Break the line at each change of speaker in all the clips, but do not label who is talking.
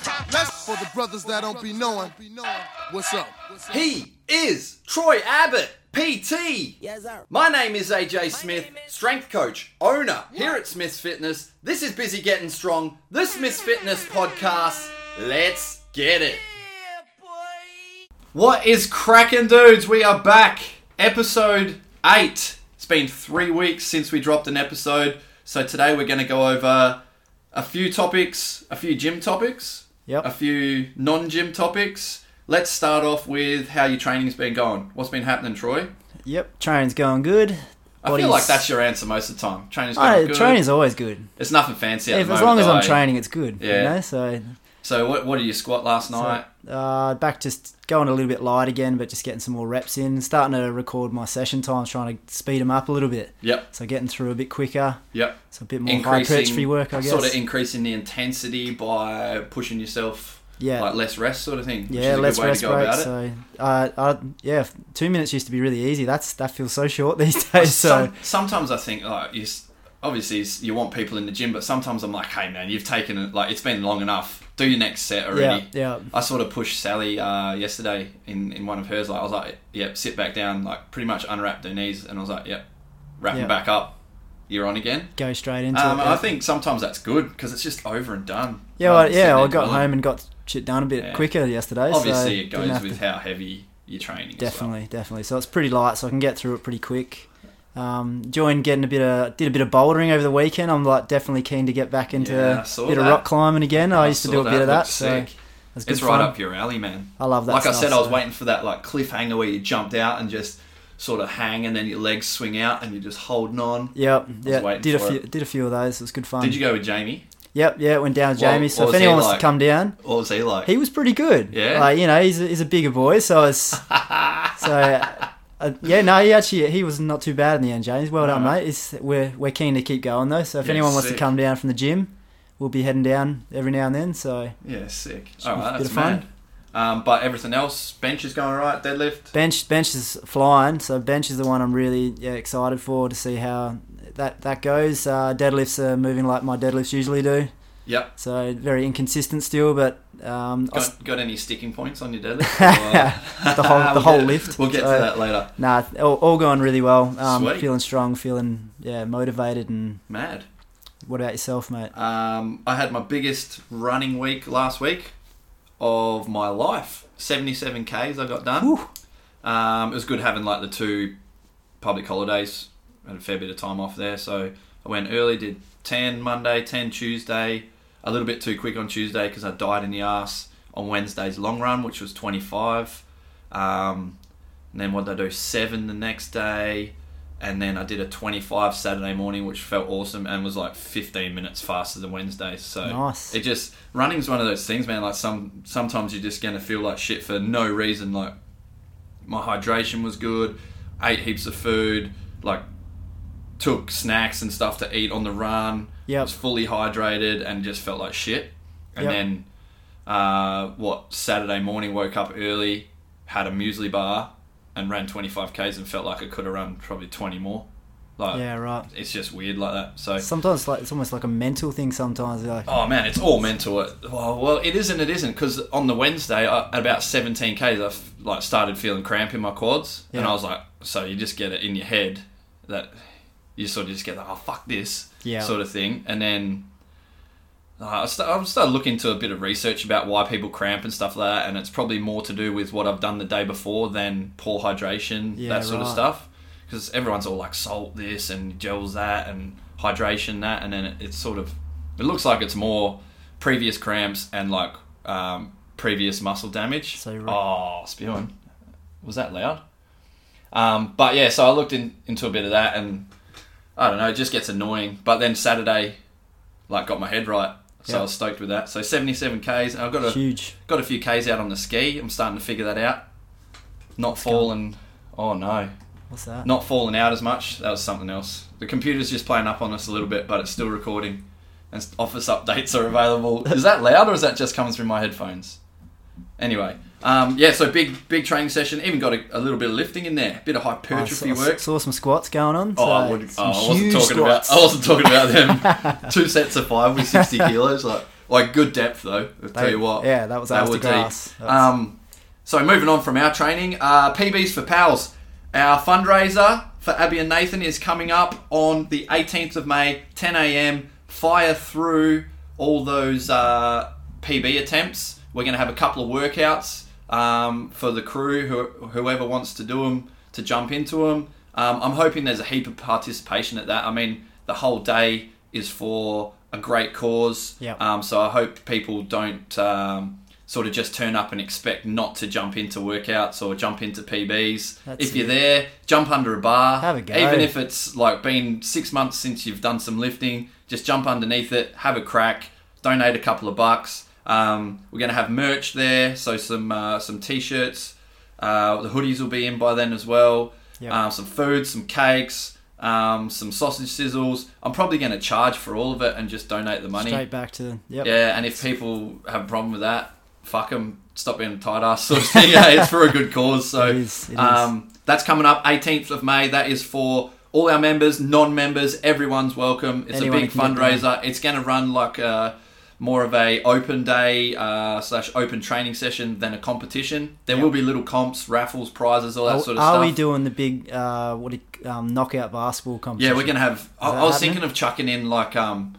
For the brothers that don't be knowing, what's up?
He is Troy Abbott, PT.
Yes, sir.
My name is AJ Smith,
name is-
strength coach, owner here at Smith's Fitness. This is Busy Getting Strong, the Smith's Fitness podcast. Let's get it. What is cracking, dudes? We are back. Episode 8. It's been three weeks since we dropped an episode, so today we're going to go over a few topics, a few gym topics,
Yep.
a few non gym topics. Let's start off with how your training's been going. What's been happening, Troy?
Yep, training's going good.
I feel
Body's-
like that's your answer most of the time. Training's going
Oh,
good.
training's always good.
It's nothing fancy. At
If,
the
as long
moment,
as I'm
though.
training, it's good.
Yeah.
You know, so
So what? What did you squat last night?
uh, back just going a little bit light again, but just getting some more reps in. Starting to record my session times, trying to speed them up a little bit.
Yep.
So getting through a bit quicker.
Yep.
It's a bit more hypertrophy work, I guess.
Sort of increasing the intensity by pushing yourself.
Yeah.
Like less rest, sort of thing. which is
yeah,
a
less
good way
rest
to go
breaks.
about it.
So, uh, I, yeah, f- two minutes used to be really easy. That's that feels so short these days. So,
Some, sometimes I think like you. s- Obviously, s- you want people in the gym, but sometimes I'm like, "Hey, man, you've taken it. Like, it's been long enough. Do your next set
yeah,
already."
yeah,
I sort of pushed Sally uh, yesterday in, in one of hers. Like I was like, "Yep, sit back down." Like pretty much unwrapped her knees, and I was like, "Yep, wrap 'em
Yeah.
back up. You're on again."
go straight into
Um,
it.
I
yeah.
think sometimes that's good because it's just over and done.
Yeah,
Um,
well,
sitting
yeah. I
there
got
dwelling.
home and got shit done a bit
Yeah.
quicker yesterday. so
Obviously, it
didn't have
goes
to-
with how heavy you're training.
Definitely, definitely. So it's pretty light, so I can get through it pretty quick. Um, joined getting a bit of did a bit of bouldering over the weekend. I'm like definitely keen to get back into
Yeah, I
a
saw
bit of
that.
rock climbing again. I,
I
used to
saw
do a
that.
bit of that,
Looks
so
sick.
it's good
It's
fun.
right up your alley, man.
I love that.
like I
stuff,
said, I was
so-
waiting for that like cliffhanger where you jumped out and just sort of hang, and then your legs swing out and you're just holding on.
Yep, yeah.
waiting
Did a
for
few,
it.
did a few of those. It was good fun.
Did you go with Jamie?
Yep, yeah. Went down with
What-
Jamie.
what
so if
was he
anyone wants
like?
to come down,
What was he like?
he was pretty good.
Yeah?
like, you know, he's a, he's a bigger boy, so it's so. Uh, yeah, no, he actually he was not too bad in the end, James. Well done,
Alright.
mate. It's, we're we're keen to keep going though. So if
Yeah,
anyone wants
sick.
to come down from the gym, we'll be heading down every now and then. So
yeah, sick.
Should
All
be a
right,
bit
that's
of fun.
mad. Um, but everything else, bench is going all right. Deadlift.
bench bench is flying. So bench is the one I'm really yeah, excited for to see how that that goes. Uh, deadlifts are moving like my deadlifts usually do.
Yep.
So very inconsistent still, but um, I s-
Got, got any sticking points on your deadlift? Or-
The whole- the
We'll
whole
get-
lift.
We'll get to
So-
that later.
nah, all, all going really well. Um,
Sweet.
feeling strong, feeling yeah motivated. And
Mad.
what about yourself, mate?
Um, I had my biggest running week last week of my life. 77 Ks I got done.
Whew.
Um, it was good having like the two public holidays. had a fair bit of time off there. So I went early, did 10 Monday, 10 Tuesday. A little bit too quick on Tuesday because I died in the ass on Wednesday's long run, which was 25. Um, and then what did I do? Seven the next day. And then I did a 25 Saturday morning, which felt awesome and was like 15 minutes faster than Wednesday. So
Nice.
it just running's one of those things, man. Like some sometimes you're just gonna feel like shit for no reason. Like my hydration was good, ate heaps of food, like took snacks and stuff to eat on the run.
Yep.
was fully hydrated and just felt like shit. And
Yep.
then uh, what Saturday morning woke up early, had a muesli bar, and ran 25 k's and felt like I could have run probably 20 more. Like
Yeah, right.
it's just weird like that. So
Sometimes like it's almost like a mental thing. Sometimes like
Oh man, it's all mental. It, well, well, it is and it isn't because on the Wednesday I, at about 17 ks, I f- like started feeling cramp in my quads, and
Yeah.
I was like, so you just get it in your head that you sort of just get, oh fuck this,
Yeah.
sort of thing, and then uh, I sta- I've started looking into a bit of research about why people cramp and stuff like that, and it's probably more to do with what I've done the day before than poor hydration,
Yeah,
that sort of
right.
stuff. Because everyone's all like salt this and gels that and hydration that, and then it, it's sort of it looks like it's more previous cramps and like um, previous muscle damage.
So you're-
oh, spewing. Was that loud? Um, but yeah, so I looked in, into a bit of that, and I don't know, it just gets annoying. But then Saturday, like, got my head right, so I
Yeah.
was stoked with that. So 77 k's, and I've got a
huge.
got a few k's out on the ski. I'm starting to figure that out. Not falling. Oh no,
What's that?
not falling out as much. That was something else. The computer's just playing up on us a little bit, but it's still recording. And s- office updates are available. Is that loud or is that just coming through my headphones? Anyway, um, yeah. So big, big training session. Even got a, a little bit of lifting in there. A bit of
I
hypertrophy
saw,
work.
saw Oh, some squats going on.
Oh, I,
so
would, oh,
some
I wasn't
huge
talking
squats.
about. I wasn't talking about them. Two sets of five with sixty kilos. Like Like good depth though. I'll tell
They-
you what.
Yeah, that was
That
ours to
would be-
grass. That's-
Um, so moving on from our training, uh, PBs for pals. Our fundraiser for Abby and Nathan is coming up on the 18th of May, 10 a.m. Fire through all those uh, PB attempts. We're going to have a couple of workouts um, for the crew, who, whoever wants to do them, to jump into them. Um, I'm hoping there's a heap of participation at that. I mean, the whole day is for a great cause.
Yep.
Um, so I hope people don't um, sort of just turn up and expect not to jump into workouts or jump into PBs.
That's
if you're
it.
there, jump under a bar.
Have a go.
Even if it's like been six months since you've done some lifting, just jump underneath it, have a crack, donate a couple of bucks. Um, we're going to have merch there, so some uh, some t-shirts. Uh, the hoodies will be in by then as well.
Yep.
Um, some food, some cakes, um, some sausage sizzles. I'm probably going to charge for all of it and just donate the money.
Straight back to yep.
Yeah, and if people have a problem with that, fuck them. Stop being a tight ass sort of thing. yeah, it's for a good cause. So
It is, it is.
Um, that's coming up 18th of May. That is for all our members, non-members. Everyone's welcome. It's
Anyone
a big
can get down.
fundraiser. It's going to run like a, more of a open day uh, slash open training session than a competition. There will be little comps, raffles, prizes, all that
Are,
sort of
are
stuff.
we doing the big uh, what do you- um, knockout basketball competition?
Yeah, we're gonna have. I,
that
I was
happening?
thinking of chucking in like um,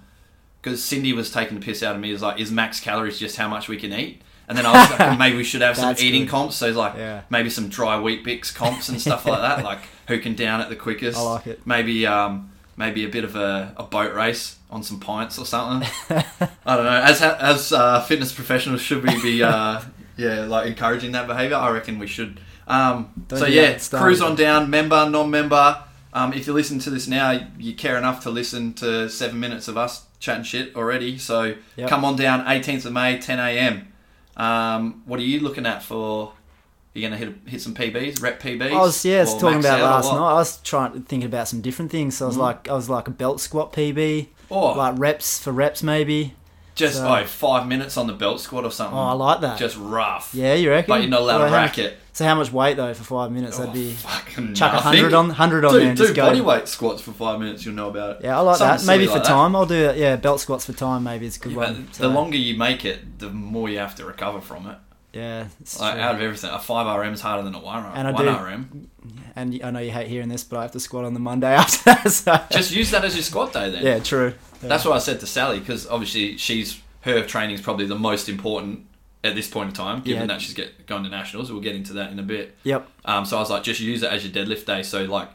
because Cindy was taking the piss out of me. Is like, is max calories just how much we can eat? And then I was like, maybe we should have some
That's
eating
good.
comps. So like,
Yeah.
maybe some dry wheat bix comps and stuff like that. Like, who can down it the quickest?
I like it.
Maybe um, maybe a bit of a, a boat race on some pints or something. I don't know. As ha- as uh, fitness professionals, should we be uh, yeah like encouraging that behaviour? I reckon we should. Um,
Don't
so
do
yeah,
that, start
cruise
with
on down, member, non-member. Um, if you listen to this now, you care enough to listen to seven minutes of us chatting shit already. So
Yep.
come on down, 18th of May, 10 a.m. Um, what are you looking at for? You're gonna hit hit some PBs, rep PBs.
I was yeah, I was
Or
talking
max
about
out Mm-hmm. or
last
what?
night. I was trying thinking about some different things. So I was like, I was like a belt squat PB,
Or
like reps for reps maybe.
just
so-
oh, five minutes on the belt squat or something.
Oh, I like that.
Mm. Just rough.
yeah, you reckon?
But you're not allowed
Well,
to
how
rack
much-
it. Oh,
So how much weight though for five minutes? That'd be
fucking
chuck a
nothing.
hundred on hundred on
do,
there. And
do
just go.
body weight squats for five minutes. You'll know about it.
Yeah, I like
Something
that. Maybe
silly
for
like that.
time, I'll do it. Yeah, belt squats for time. Maybe it's a good
Yeah,
one.
but
So,
the longer you make it, the more you have to recover from it.
yeah, it's
Like
true.
out of everything, a five RM is harder than a one,
And I
one
do-
RM.
and I know you hate hearing this, but I have to squat on the Monday after that. So.
Just use that as your squat day then.
yeah, true. Yeah.
That's what I said to Sally because obviously she's her training is probably the most important at this point in time, given
Yeah.
that she's get, going to nationals. We'll get into that in a bit.
Yep.
Um, so I was like, just use it as your deadlift day. So like,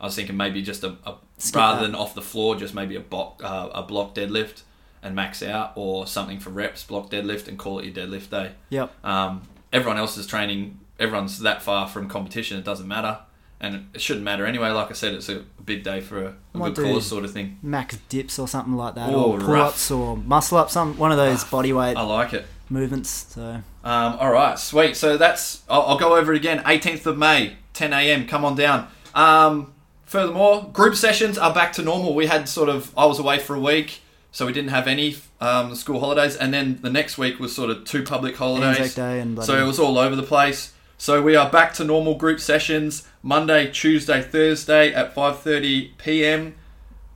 I was thinking maybe just a, a
Skip
rather
that.
than off the floor, just maybe a block uh, a block deadlift and max out, or something for reps, block deadlift, and call it your deadlift day.
Yep.
Um, everyone else is training. Everyone's that far from competition. It doesn't matter, and it shouldn't matter anyway. Like I said, it's a big day for a, a
Might
good
do.
cause sort of thing.
Max dips or something like that,
Oh,
or
rough. Oh.
pull ups, or muscle ups. Some one of those body weight
I like it.
movements. So
Um, all right, sweet. So that's I'll, I'll go over it again. 18th of May, 10 a.m. Come on down. Um, furthermore, group sessions are back to normal. We had sort of I was away for a week, so we didn't have any um, school holidays, and then the next week was sort of two public
Anzac
holidays.
Day and bloody,
So it was all over the place. So we are back to normal group sessions Monday, Tuesday, Thursday at 5:30 p.m.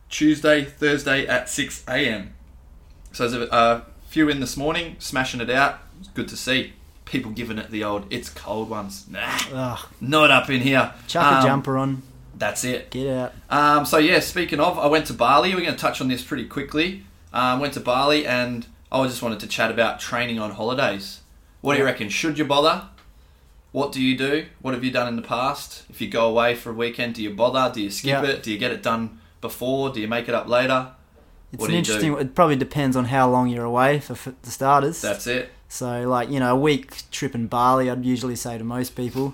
Tuesday, Thursday at 6 a.m. So there's a, a few in this morning smashing it out. It's good to see people giving it the old "it's cold" ones. Nah,
Ugh,
not up in here.
chuck
Um,
a jumper on,
That's it.
get out.
Um, so yeah, speaking of, I went to Bali. We're going to touch on this pretty quickly. Um, went to Bali, and I just wanted to chat about training on holidays. What do you reckon? Should you bother? What do you do? What have you done in the past? If you go away for a weekend, do you bother? Do you skip
Yeah.
it? Do you get it done before? Do you make it up later?
It's
what
an
do you
interesting. It probably depends on how long you're away for, for the starters.
That's it.
So, like, you know, a week trip in Bali, I'd usually say to most people.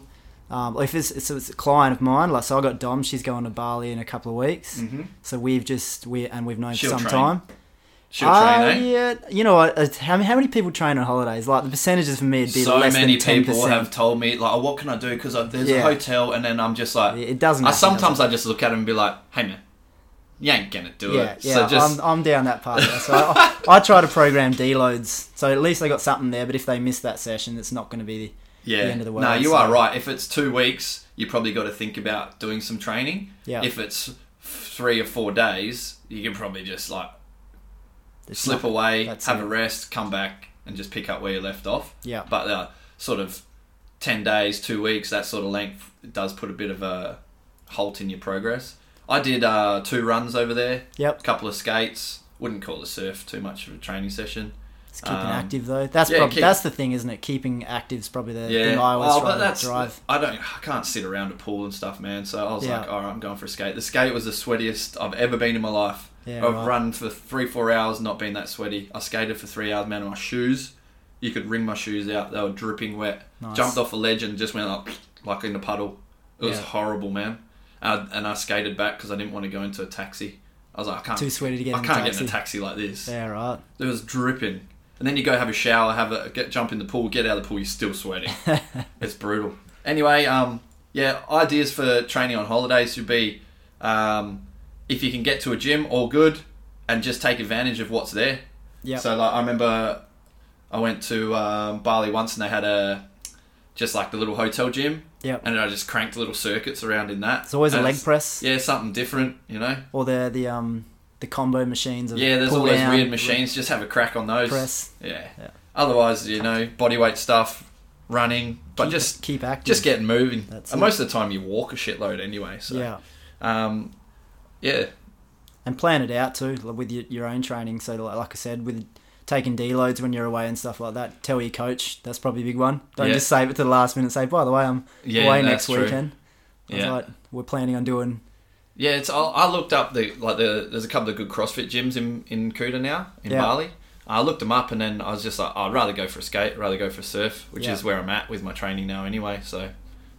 Um, if it's, it's, it's a client of mine, like, so I got Dom, she's going to Bali in a couple of weeks.
Mm-hmm.
So we've just, we and we've known
She'll
for some
train,
time.
She'll
Uh,
train, eh?
Yeah, you know, what, it's- how, how many people train on holidays? Like, the percentages for me would be
So
less
many
than 10%.
people have told me like, oh, "What can I do?" Because there's a
Yeah.
hotel, and then I'm just like,
it doesn't
I
matter, does
sometimes
it?
I just look at him and be like, "Hey man, you ain't gonna do
Yeah,
it."
yeah,
so just
I'm, I'm down that part. there. So I, I try to program deloads. So at least they got something there, but if they miss that session, it's not going to be
yeah.
end of the
No,
world,
you
so-
are right. If it's two weeks, you probably got to think about doing some training.
Yeah.
If it's f- three or four days, you can probably just like
It's
slip
not-
away,
that's
have
it.
a rest, come back, and just pick up where you left off.
Yeah.
But uh, sort of ten days, two weeks, that sort of length does put a bit of a halt in your progress. I did uh, two runs over there, a
Yep.
couple of skates. Wouldn't call the surf too much of a training session.
It's keeping
Um,
active though. That's
yeah,
prob-
keep-
that's the thing, isn't it? Keeping active's probably the
Yeah,
thing I always
oh,
try
but
to
that's
drive.
I don't, I can't sit around a pool and stuff, man. So I was
Yeah.
like, all right, I'm going for a skate. The skate was the sweatiest I've ever been in my life.
Yeah,
I've
right.
run for three, four hours, not been that sweaty. I skated for three hours, man. My shoes, you could wring my shoes out; they were dripping wet.
Nice.
Jumped off a ledge and just went like, like in a puddle. It was
Yeah.
horrible, man. Uh, and I skated back because I didn't want to go into a taxi. I was like, I can't.
Too sweaty to get
I
in a
can't get in a
taxi.
taxi like this.
Yeah, right.
It was dripping. And then you go have a shower, have a get jump in the pool, get out of the pool, you're still sweating. it's brutal. Anyway, um, yeah, ideas for training on holidays would be um, if you can get to a gym, all good, and just take advantage of what's there.
Yep.
So like I remember I went to um, Bali once and they had a just like the little hotel gym.
Yep.
And I just cranked little circuits around in that.
It's always a
And
leg press
Yeah, something different, you know.
or the the um the combo machines. Of
Yeah, there's
pull
all those
down,
weird machines. Just have a crack on those.
Press.
Yeah.
Yeah.
Otherwise, you know, body weight stuff, running, but just
keep active.
just getting moving.
That's
and
it.
most of the time, you walk a shitload anyway. So
yeah,
um, yeah,
and plan it out too like, with your, your own training. So like, like I said, with taking deloads when you're away and stuff like that. Tell your coach. That's probably a big one. Don't
Yeah.
just save it to the last minute. and Say, by the way, I'm
Yeah,
away
that's
next
true.
weekend. I was
Yeah.
like, we're planning on doing.
yeah. It's I, I looked up the like the there's a couple of good CrossFit gyms in in Kuta now in
Yeah.
Bali. I looked them up and then I was just like, I'd rather go for a skate, rather go for a surf, which
Yeah.
is where I'm at with my training now anyway. So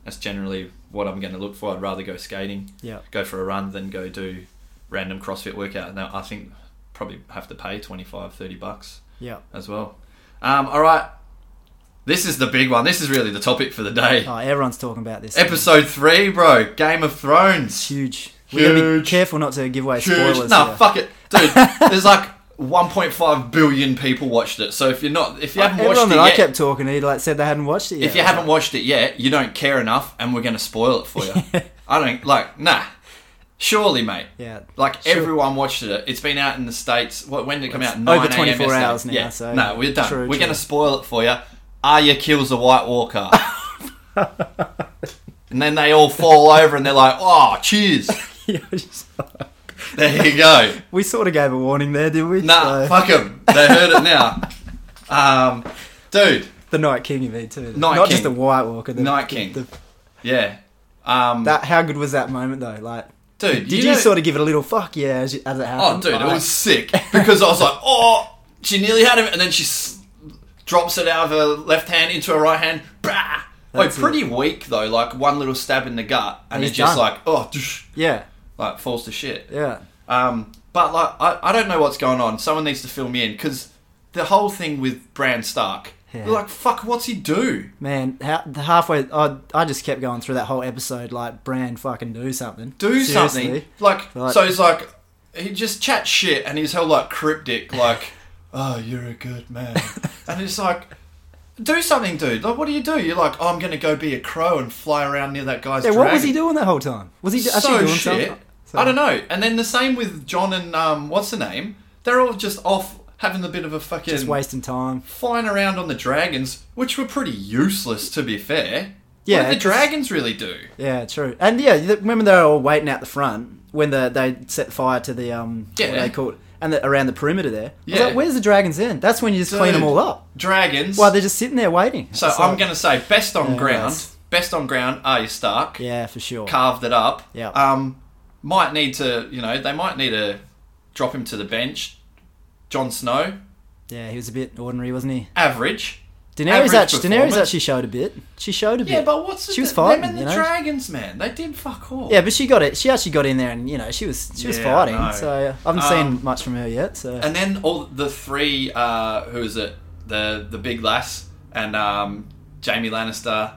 that's generally what I'm going to look for. I'd rather go skating.
Yeah,
go for a run then go do random CrossFit workout. Now, I think probably have to pay 25, 30 bucks
yeah.
as well. Um, all right. This is the big one. This is really the topic for the day.
Oh, everyone's talking about this.
Episode 3, bro. Game of
It's
Thrones.
huge. We gotta be
Huge.
careful not to give away spoilers.
No,
here.
fuck it. Dude, there's like 1.5 billion people watched it. So if you're not if you haven't watched
Uh, Everyone
it
that I
yet,
kept talking to, like said they hadn't watched it yet.
if you haven't watched it yet, you don't care enough and we're going to spoil it for you. I don't like nah. Surely, mate.
yeah,
Like
Sure.
everyone watched it. It's been out in the states. What when did it come
It's
out? 9
over
a.m.
24
yesterday.
hours now,
Yeah.
so-
no, we're done.
True,
we're
true.
going to spoil it for you. Arya kills the White Walker, and then they all fall over and they're like, "Oh, cheers!"
Yeah, I just-
There you go.
we sort of gave a warning there, did we?
Nah,
So-
fuck 'em. They heard it now. Um, dude,
the Night King event too.
Night
Not
King.
just the White Walker. The,
Night King.
the-
yeah. Um,
that how good was that moment though? Like,
dude,
did you,
know-
sort of give it a little fuck yeah as, you- as it
Oh,
happened?
dude, it
Like,
was sick because I was like, oh, she nearly had him, and then she s- drops it out of her left hand into her right hand. Bah! Like
That's it.
pretty weak though, like one little stab in the gut, and
He's
it's just
done.
like, oh, doosh,
yeah,
like falls to shit.
yeah,
Um, but like, I, I don't know what's going on. Someone needs to fill me in because the whole thing with Bran Stark,
Yeah.
you're like, fuck, what's he do?
man. How, the halfway, I, I just kept going through that whole episode. Like, Bran, fucking do something.
do
Seriously.
something. Like,
Like-
so he's like, he just chats shit and he's held like cryptic, like, oh, you're a good man. and it's like, do something, dude. Like, what do you do? You're like, oh, I'm going to go be a crow and fly around near that guy's
Yeah,
dragon.
what was he doing that whole time? Was he actually
So
doing
shit.
something?
I don't know. And then the same with John and, um, what's the name? They're all just off having a bit of a fucking.
Just wasting time.
Flying around on the dragons, which were pretty useless to be fair.
Yeah, it
what did the
just-
dragons really do?
Yeah, true. And yeah, th- remember they were all waiting out the front when the, they set fire to the um, what
Yeah.
they called and the, around the perimeter there. I was
Yeah.
like, where's the dragons end? That's when you just clean them
Dude.
all up.
Dragons.
Well, they're just sitting there waiting.
So
It's
I'm
like-
going to say best on
Yeah,
ground,
that's-
best on ground. Are you Stark?
yeah, for sure.
Carved it up.
Yeah.
Um, might need to, you know, they might need to drop him to the bench. Jon Snow,
Yeah, he was a bit ordinary, wasn't he?
average.
Daenerys
Average
actually,
performance.
Daenerys actually showed a bit. She showed a bit.
Yeah, but what's the,
She was
them
fighting,
and the
you know?
dragons, man? They did fuck all.
yeah, but she got it. She actually got in there, and you know, she was she was
Yeah, I
fighting.
know.
So I haven't
Um,
seen much from her yet. So
And then all the three, uh, who is it? The the big lass and um, Jamie Lannister,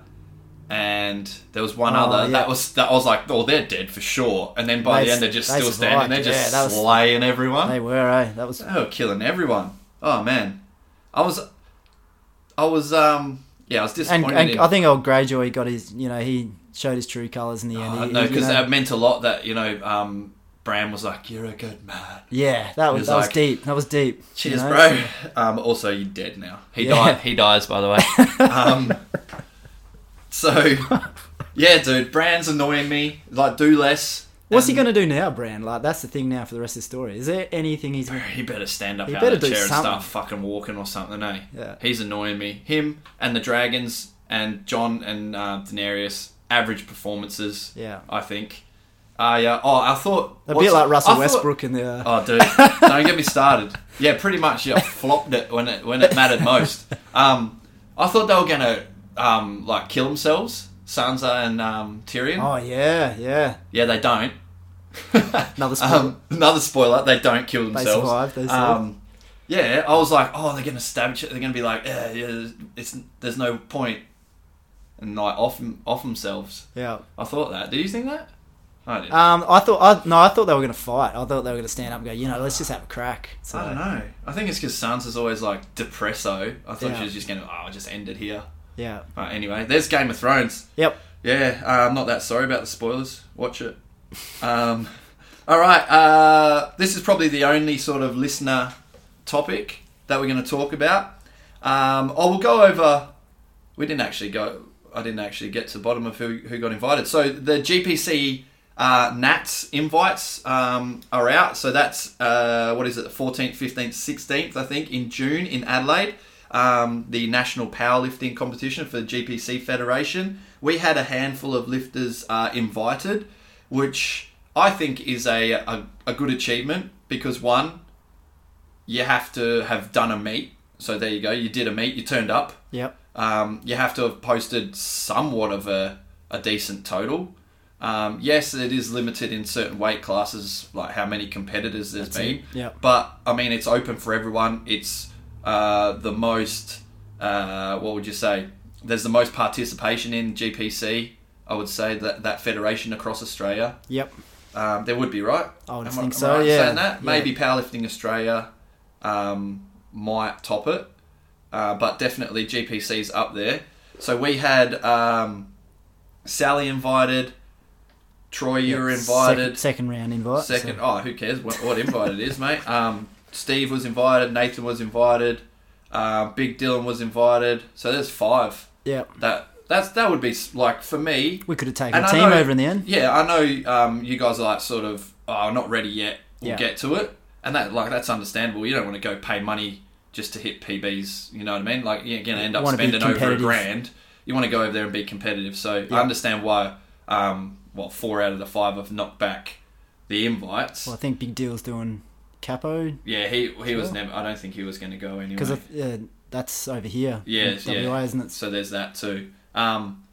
and there was one
Oh,
other
yeah.
that was that I was like, oh, they're dead for sure. And then by
They
the end,
s-
they're just
they
still standing.
survived.
They're just
Yeah, that was-
slaying everyone.
they were. Eh? That was
They were killing everyone. Oh man, I was, I was, um, yeah, I was
and,
disappointed.
and
in-
I think old Greyjoy got his. You know, he showed his true colors in the end.
Oh,
He-
no,
he- you
because
know-
that meant a lot. That you know, um, Bram was like, "You're a good man."
Yeah, that was,
was
that was
like,
deep. That was deep.
Cheers,
you know?
bro. Um, also, you're dead now. He
Yeah.
died. He dies, by the way. um, so, yeah, dude, Bran's annoying me. Like, do less.
What's he
And-
going to do now, Brand? Like that's the thing now for the rest of the story. Is there anything he's going
Bro, He better stand up
He
out
better
of the
do
chair and
something.
start fucking walking or something, eh?
Yeah.
He's annoying me. Him and the Dragons and John and uh, Daenerys, average performances,
to? Yeah,
I think. Uh, yeah. Oh, I thought.
a
what's-
bit like
I
Russell
thought-
Westbrook in the. uh,
Oh, dude, don't get me started. Yeah, pretty much. Yeah, flopped it when it when it mattered most. Um, I thought they were gonna um like kill themselves, Sansa and um Tyrion.
oh yeah, yeah.
Yeah, they don't.
Another spoiler.
um, another spoiler. They don't kill themselves.
survive, they survive.
um, yeah, I was like, oh, they're gonna stab. Each- they're gonna be like, eh, yeah, it's there's no point, and like off off themselves.
yeah.
I thought that. Do you think that? I did.
Um, I thought I no, I thought they were going to fight. I thought they were going to stand up and go, you know, let's just have a crack. So,
I don't know. I think it's because Sansa's always like depresso. I thought
Yeah.
she was just gonna, oh, I just end it here.
Yeah.
Right, anyway, there's Game of Thrones.
Yep.
Yeah, uh, I'm not that sorry about the spoilers. Watch it. Um, all right, uh, this is probably the only sort of listener topic that we're going to talk about. Um, oh, we'll go over. We didn't actually go. I didn't actually get to the bottom of who, who got invited. So the GPC uh, Nats invites um, are out. So that's uh, what is it, the 14th, 15th, 16th, I think, in June in Adelaide. Um, the national powerlifting competition for the GPC Federation. We had a handful of lifters uh, invited, which I think is a, a, a good achievement because one, you have to have done a meet. So there you go. You did a meet. You turned up.
Yep.
Um, you have to have posted somewhat of a, a decent total. Um, yes, it is limited in certain weight classes, like how many competitors there's been.
it, yep.
But I mean, it's open for everyone. It's uh, the most. Uh, what would you say? There's the most participation in GPC. I would say that that federation across Australia.
Yep.
Um, there would be, right?
I would
Am
think
am
so,
right in
yeah.
saying that?
Yeah.
Maybe Powerlifting Australia um, might top it, uh, but definitely GPC's up there. So we had um, Sally invited, Troy, you were
Second,
invited.
second round invite. so-
Second, oh, who cares what, what invite it is, mate? Um, Steve was invited, Nathan was invited, uh, Big Dylan was invited. So there's five.
Yep.
That that's that would be s- like for me.
We could have taken
And
a
I
team
know-
over in the end.
Yeah, I know um, you guys are like sort of oh not ready yet. We'll
Yeah.
get to it, and that like that's understandable. You don't want to go pay money just to hit PBs. You know what I mean? Like you're gonna end up
Wanna be
spending over a
competitive.
grand. You want to go over there and be competitive. So
Yeah.
I understand why. Um, well, four out of the five have knocked back the invites.
Well, I think Big Deal's doing capo
Yeah, he he was
Sure.
never. I don't think he was going to go anyway.
because yeah, uh, that's over here.
Yeah,
in
yeah.
WA, isn't it?
So there's that too. Um,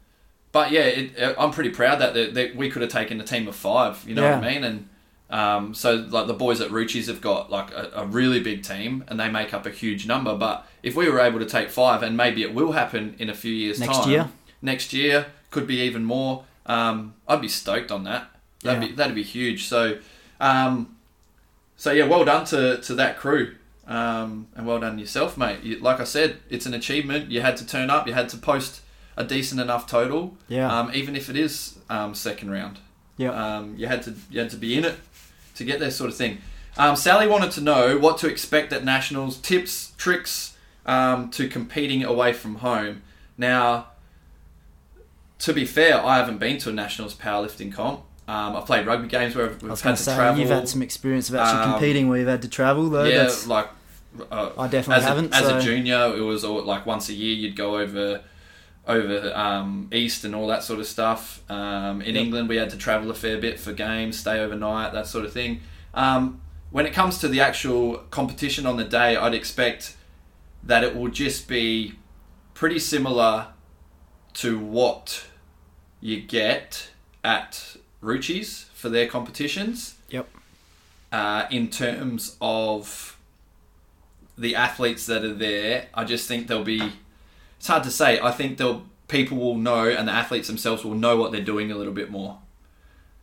but yeah, it, uh, I'm pretty proud that, that, that we could have taken a team of five. You know what I mean? And um, so like the boys at Ruchi's have got like a, a really big team, and they make up a huge number. But if we were able to take five, and maybe it will happen in a few years
Next
time,
year.
next year could be even more. Um, I'd be stoked on that. That'd
Yeah.
be that'd be huge. So, um, so yeah, well done to to that crew, um, and well done yourself, mate. You, like I said, it's an achievement. You had to turn up. You had to post a decent enough total.
Yeah.
Um, even if it is um, second round.
Yep.
Um, you had to you had to be in it to get there, sort of thing. Um, Sally wanted to know what to expect at nationals, tips, tricks um, to competing away from home. Now, to be fair, I haven't been to a nationals powerlifting comp. Um, I've played rugby games where we've
I was
had
going
to
to say
travel.
you've had some experience of actually
um,
competing where you've had to travel though.
yeah,
that's,
like uh,
I definitely
as
haven't.
A, as
so
a junior, it was all, like once a year you'd go over over um, east and all that sort of stuff. Um, in
Yep.
England, we had to travel a fair bit for games, stay overnight, that sort of thing. Um, when it comes to the actual competition on the day, I'd expect that it will just be pretty similar to what you get at Ruchi's for their competitions
yep,
uh, in terms of the athletes that are there. I just think there'll be. It's hard to say. I think they'll people will know, and the athletes themselves will know what they're doing a little bit more.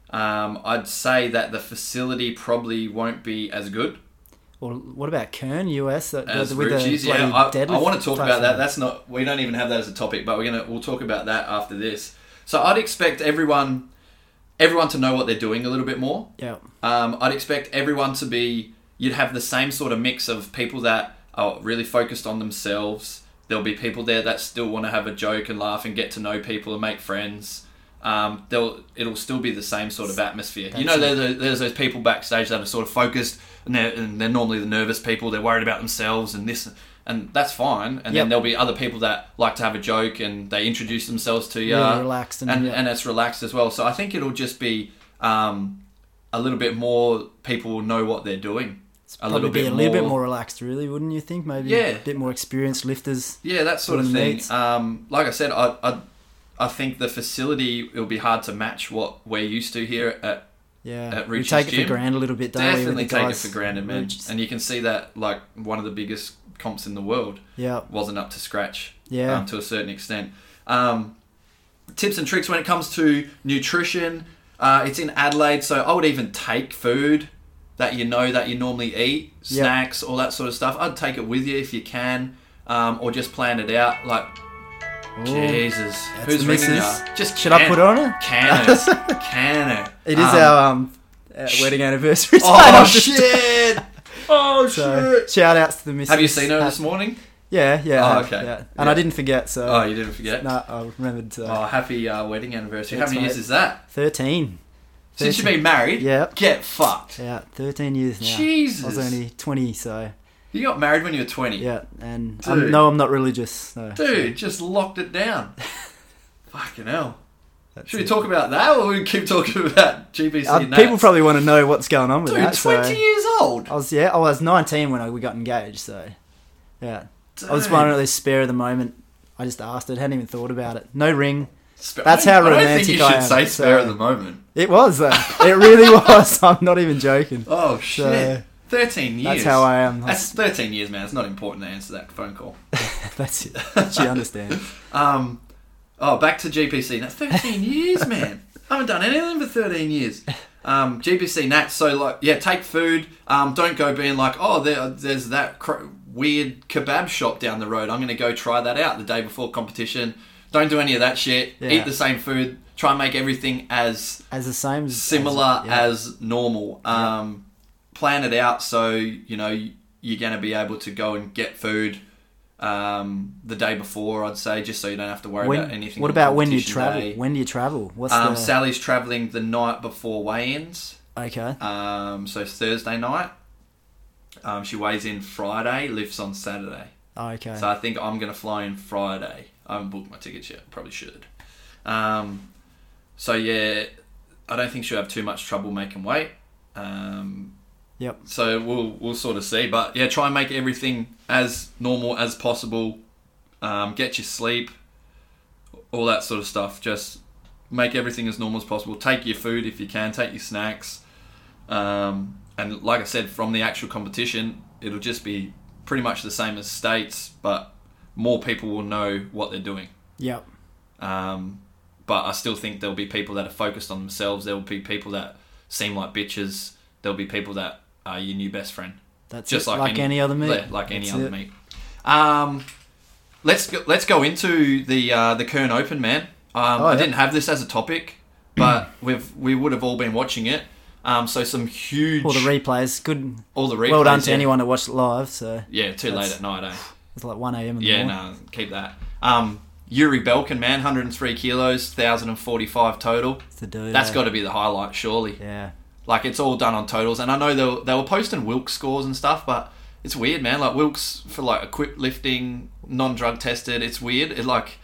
Um, I'd say that the facility probably won't be as good
Or what about Kern US that,
as
with
Ruchi's.
the
Yeah,
bloody
I,
deadlift
I want to talk about that.
platform?
That's not we don't even have that as a topic, but we're gonna we'll talk about that after this. So I'd expect everyone everyone to know what they're doing a little bit more.
Yeah.
Um, I'd expect everyone to be. You'd have the same sort of mix of people that are really focused on themselves. There'll be people there that still want to have a joke and laugh and get to know people and make friends. Um, they'll it'll still be the same sort of atmosphere. you know,
That's
there's, there's those people backstage that are sort of focused, and they're, and they're normally the nervous people. They're worried about themselves and this, and that's fine.
Yep.
And then there'll be other people that like to have a joke and they introduce themselves to you,
Really relaxed and-
and,
yeah.
and it's relaxed as well. So I think it'll just be um, a little bit more people will know what they're doing. a
Probably be a little bit more relaxed, really, wouldn't you think? Maybe
Yeah.
a bit more experienced lifters.
Yeah, that sort
Sort
of
of
thing.
needs.
Um, like I said, I, I I think the facility it'll be hard to match what we're used to here at
Yeah,
At
we
Reach's
take it
gym.
for granted a little bit, don't we?
definitely
with the
take it
guys
for granted,
at
man.
Reach's?
And you can see that like one of the biggest comps in the world
Yeah,
wasn't up to scratch.
Yeah.
um, to a certain extent. Um, tips and tricks when it comes to nutrition. Uh, it's in Adelaide, so I would even take food that you know that you normally eat,
Yeah.
snacks, all that sort of stuff. I'd take it with you if you can, um, or just plan it out. Like Jesus, who's
the
ringing
missus.
you? Just
Should I put it on her?
Can it? can it?
it is
Um,
our um, uh, wedding anniversary.
Oh shit! Oh
So
shit!
shout outs to the missus.
Have you seen her
Uh,
this morning?
Yeah, yeah.
Oh,
I have,
okay.
yeah. And
Yeah.
I didn't forget, so
Oh, you didn't forget.
no, I remembered. So.
Oh, happy uh, wedding anniversary! How
That's
many years
right.
is that?
Thirteen.
Since you've
13.
been married,
Yep.
get fucked.
Yeah, thirteen years now.
Jesus.
I was only twenty, so
You got married when you were 20.
yeah. And
Dude.
I'm, no, I'm not religious. So
Dude, just locked it down. Fucking hell.
that's
Should we
it.
talk about that or we keep talking about GBC
Uh,
and that?
people probably want to know what's going on with
Dude,
that.
20
so-
years old.
I was yeah, I was 19 when I, we got engaged, so yeah. I was
Dude.
one of those spare of the moment. I just asked it, hadn't even thought about it. No ring.
Sp-
that's
I
how
don't- I don't think
romantic
you
I
should
am,
say
so-
spare at the moment.
It was though. it really was. I'm not even joking.
Oh, shit. 13 years.
That's how I am.
That's 13 years, man. It's not important to answer that phone call.
That's it. She understands.
Um, oh, back to GPC. That's 13 years, man. I haven't done anything for 13 years. Um, GPC Nat. So like, yeah, take food. Um, don't go being like, oh, there, there's that cr- weird kebab shop down the road. I'm gonna go try that out the day before competition. Don't do any of that shit.
Yeah.
Eat the same food. Try and make everything as
As the same as-
similar
yeah.
as normal. Um, Plan it out so you know y- you're going to be able to go and get food um, the day before. I'd say just so you don't have to worry
when,
about anything.
What
on
about when you
competition
travel?
day.
When do you travel? What's
um,
the
Sally's traveling the night before weigh-ins,
okay?
um, so Thursday night. Um, she weighs in Friday, lifts on Saturday.
Oh, okay.
So I think I'm going to fly in Friday. I haven't booked my tickets yet. Probably should. Um, so yeah, I don't think she'll have too much trouble making weight. Um,
Yep.
So we'll we'll sort of see, but yeah, try and make everything as normal as possible. Um, get your sleep, all that sort of stuff. Just make everything as normal as possible. Take your food if you can. Take your snacks. Um, and like I said, from the actual competition, it'll just be pretty much the same as states, but more people will know what they're doing.
Yep.
Um, but I still think there'll be people that are focused on themselves. There'll be people that seem like bitches. There'll be people that are your new best friend,
That's
just
it.
like,
any, other meat.
Yeah, like any
That's
other
it.
meat. Um, let's go, let's go into the uh, the Kern Open, man. Um,
Oh,
I
yeah.
didn't have this as a topic, but we've we would have all been watching it. Um, so some huge
Well, the replays. Good.
all the replays,
well done to
yeah.
anyone that watched it live. So
Yeah, too
That's-
late at night, eh?
it's like 1 a.m. in the
Yeah,
morning.
no, keep that. Um, Yuri Belkin, man, 103 kilos, 1,045 total.
It's the dude.
That's
eh?
got to be the highlight, surely.
Yeah.
Like it's all done on totals, and I know they were, they were posting Wilks scores and stuff, but it's weird, man. Like Wilks for like equipped lifting, non-drug tested. It's weird. It like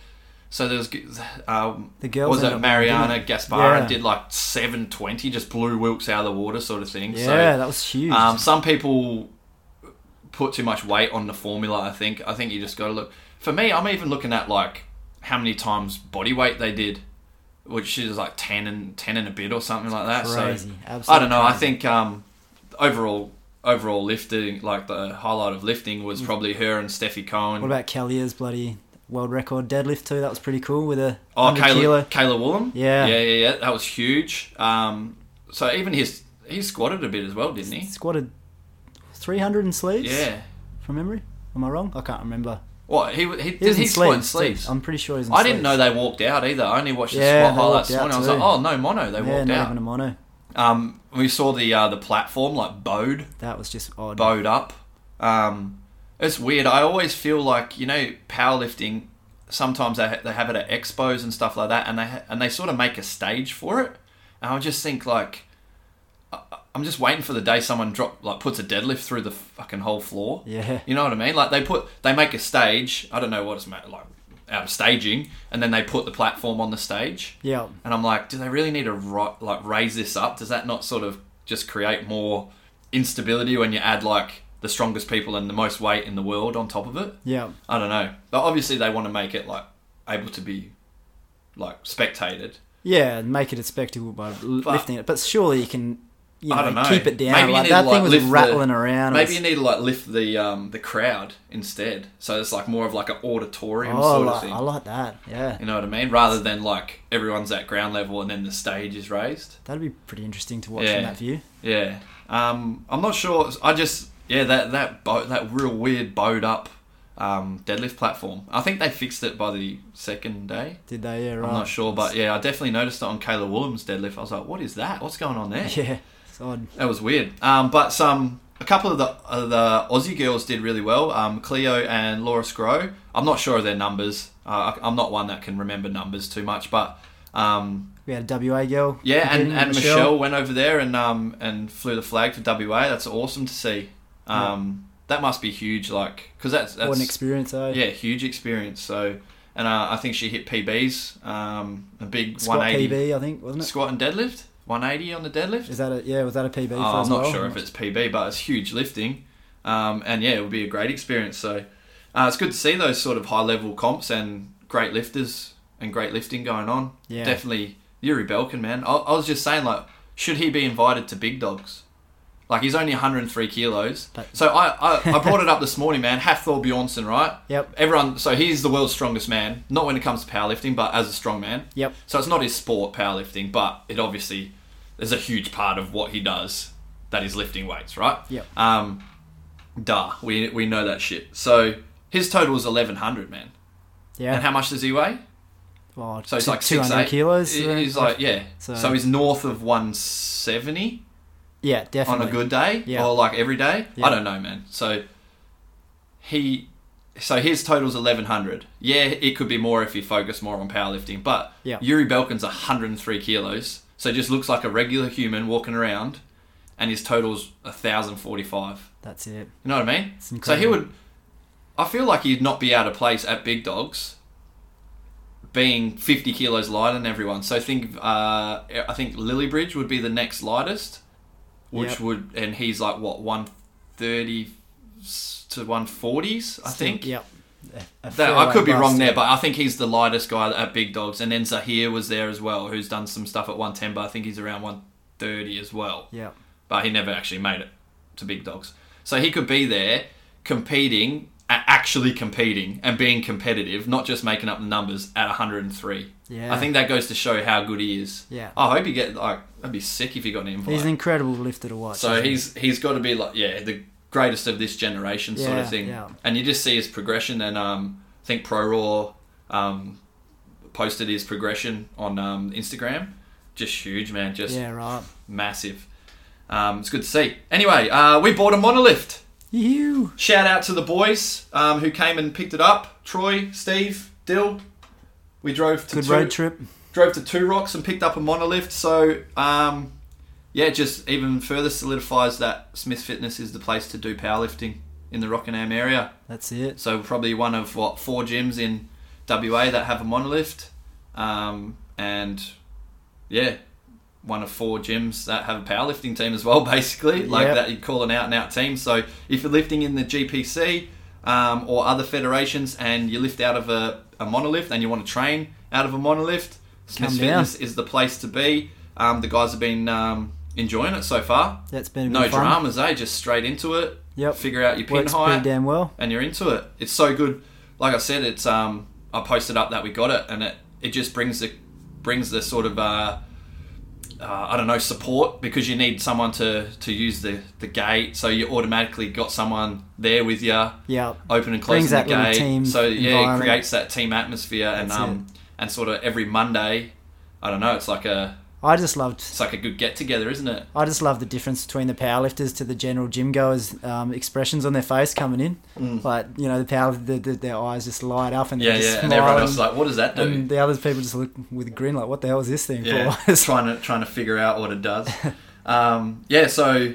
so there was g- um,
The girls
was
ended
it
up
Mariana
winning, didn't they?
Gaspara
Yeah.
did like seven twenty, just blew Wilks out of the water, sort of thing.
Yeah,
so,
that was huge.
um, some people put too much weight on the formula. I think. I think you just got to look. For me, I'm even looking at like how many times body weight they did, which is like ten and ten and a bit or something like that.
crazy.
So
Absolutely
I don't know. I
crazy.
think um, overall, overall lifting, like the highlight of lifting, was probably her and Steffi Cohen.
Mm. What about Callier's bloody world record deadlift too? That was pretty cool with a
Oh,
100
Kayla,
kilo.
Kayla Woolham.
Yeah.
yeah, yeah, yeah. That was huge. Um, so even his he squatted a bit as well, didn't he?
Squatted 300 in sleeves.
Yeah.
From memory, am I wrong? I can't remember.
What he he,
He was
did he
in
squat in
sleeves. too.
sleeves?
I'm pretty sure he's in
I didn't know
sleeves.
they walked out either. I only watched the
Yeah,
squat
they
highlights this
walked out
morning. I was
too.
like, oh no, mono, they
Yeah,
walked
not
out.
even a mono.
Um, we saw the uh, the platform like bowed
That was just odd.
bowed up. Um, it's weird. I always feel like you know powerlifting. Sometimes they, ha- they have it at expos and stuff like that, and they ha- and they sort of make a stage for it. And I just think like, I- I'm just waiting for the day someone drop like puts a deadlift through the fucking whole floor.
Yeah.
You know what I mean? Like they put they make a stage. I don't know what it's ma- like out of staging, and then they put the platform on the stage.
Yeah.
And I'm like, do they really need to ri- like raise this up? Does that not sort of just create more instability when you add like the strongest people and the most weight in the world on top of it?
Yeah.
I don't know. But obviously, they want to make it like able to be like spectated.
Yeah, and make it a spectacle by l lifting it. But surely you can you know,
I don't know.
keep it down.
Maybe you
like
need
that
to,
thing
like,
was
lift the-
rattling around. It
Maybe
was-
you need to like lift the um the crowd instead, so it's like more of like an auditorium
oh,
sort
like,
of thing.
I like that. Yeah.
you know what I mean? Rather than like everyone's at ground level and then the stage is raised.
That'd be pretty interesting to watch
Yeah.
from that view.
Yeah. Um, I'm not sure. I just yeah that that bo- that real weird bowed up um, deadlift platform. I think they fixed it by the second day.
Did they? Yeah, right.
I'm not sure, but yeah, I definitely noticed it on Kayla Woolham's deadlift. I was like, what is that? What's going on there?
Yeah, it's odd.
That was weird. Um, but some a couple of the uh, the Aussie girls did really well. Um, Cleo and Laura Scrow. I'm not sure of their numbers. Uh, I, I'm not one that can remember numbers too much, but um,
We had a WA girl.
yeah, and,
competing,
and Michelle. went over there and um and flew the flag for WA. That's awesome to see. Um, that must be huge, like because that's that's
What an experience, though.
yeah, huge experience. So, and uh, I think she hit PBs, um, a big
Squat
180
PB, I think, wasn't it?
squat and deadlift, 180 on the deadlift.
Is that a yeah? Was that a PB? for
Oh, I'm
as
not
well?
sure if it's PB, but it's huge lifting. Um, and yeah, it would be a great experience. So uh, it's good to see those sort of high level comps and great lifters and great lifting going on.
Yeah.
Definitely Yuri Belkin, man. I, I was just saying, like, should he be invited to big dogs? Like, he's only 103 kilos.
But-
so I, I, I brought it up this morning, man. Hathor Bjornsson, right?
Yep.
Everyone, so he's the world's strongest man, not when it comes to powerlifting, but as a strong man.
Yep.
So it's not his sport, powerlifting, but it obviously is a huge part of what he does that is lifting weights, right?
Yep.
Um, duh, we, we know that shit. So his total is 1,100, man.
Yeah.
And how much does he weigh?
oh,
So he's
two-
like
200
6'8".
kilos.
He-
uh,
He's like, yeah.
So-
So, he's north of 170
yeah,
on
definitely.
a good day
Yeah.
or like every day.
Yeah.
I don't know, man. So he. So his total's 1100. Yeah, it could be more if you focus more on powerlifting, but
Yeah.
Yuri Belkin's 103 kilos. So just looks like a regular human walking around and his total's 1045.
That's it.
You know what I mean?
It's
So he
incredible.
would. I feel like he'd not be out of place at Big Dogs, being fifty kilos lighter than everyone. So think, uh, I think Lilybridge would be the next lightest, which
Yep.
would, and he's like what one thirty to one forties, I
Still-
think.
Yep. A- a
That,
fair
I could
way
be wrong
bust.
there, but I think he's the lightest guy at Big Dogs, and then Zahir was there as well, who's done some stuff at one ten, but I think he's around one thirty as well
Yeah.
but he never actually made it to big dogs. So he could be there competing, a- actually competing and being competitive, not just making up the numbers at 103.
Yeah.
I think that goes to show how good he is.
Yeah.
I hope he get like that'd be sick if he got an invite.
He's an incredible lifter to watch.
so
isn't he?
he's he's got to be like yeah the greatest of this generation sort
Yeah,
of thing.
yeah.
And you just see his progression and um I think Pro Raw um posted his progression on um, Instagram. Just huge man, just
yeah right.
massive. Um, it's good to see. Anyway, uh, we bought a monolith.
You.
Shout out to the boys um, who came and picked it up. Troy, Steve, Dill. We drove to
Good
two,
road trip.
drove to Two Rocks and picked up a monolith. So um, yeah, it just even further solidifies that Smith Fitness is the place to do powerlifting in the Rockingham area.
That's it.
So probably one of what four gyms in WA that have a monolift, um, and yeah, one of four gyms that have a powerlifting team as well. Basically, like
Yep.
that you'd call an out and out team. So if you're lifting in the GPC um, or other federations and you lift out of a, a monolift and you want to train out of a monolift, Smith's
Come down.
Fitness is the place to be. Um, the guys have been um, enjoying it so far.
That's been a bit
No
of fun.
dramas, eh? Just straight into it.
Yep.
Figure out your pin
Works
height
pretty damn well.
and you're into it. It's so good. Like I said, it's um I posted up that we got it, and it it just brings the brings the sort of uh, uh, I don't know support because you need someone to to use the the gate. So you automatically got someone there with you,
Yeah.
open and closing
Brings that
the
little
gate.
team
so yeah, it
environment.
creates that team atmosphere and
That's
um and sort of every Monday, I don't know. It's like a
I just loved
it's like a good get together, isn't it?
I just love the difference between the powerlifters to the general gym goers' um, expressions on their face coming in. Like you know, the power, the, the, their eyes just light up and
Yeah,
they just
yeah.
smile.
And everyone else is like, what does that do?
and the other people just look with a grin, like, "What the hell is this thing
yeah,
for?" It's like-
trying to trying to figure out what it does. um, yeah, so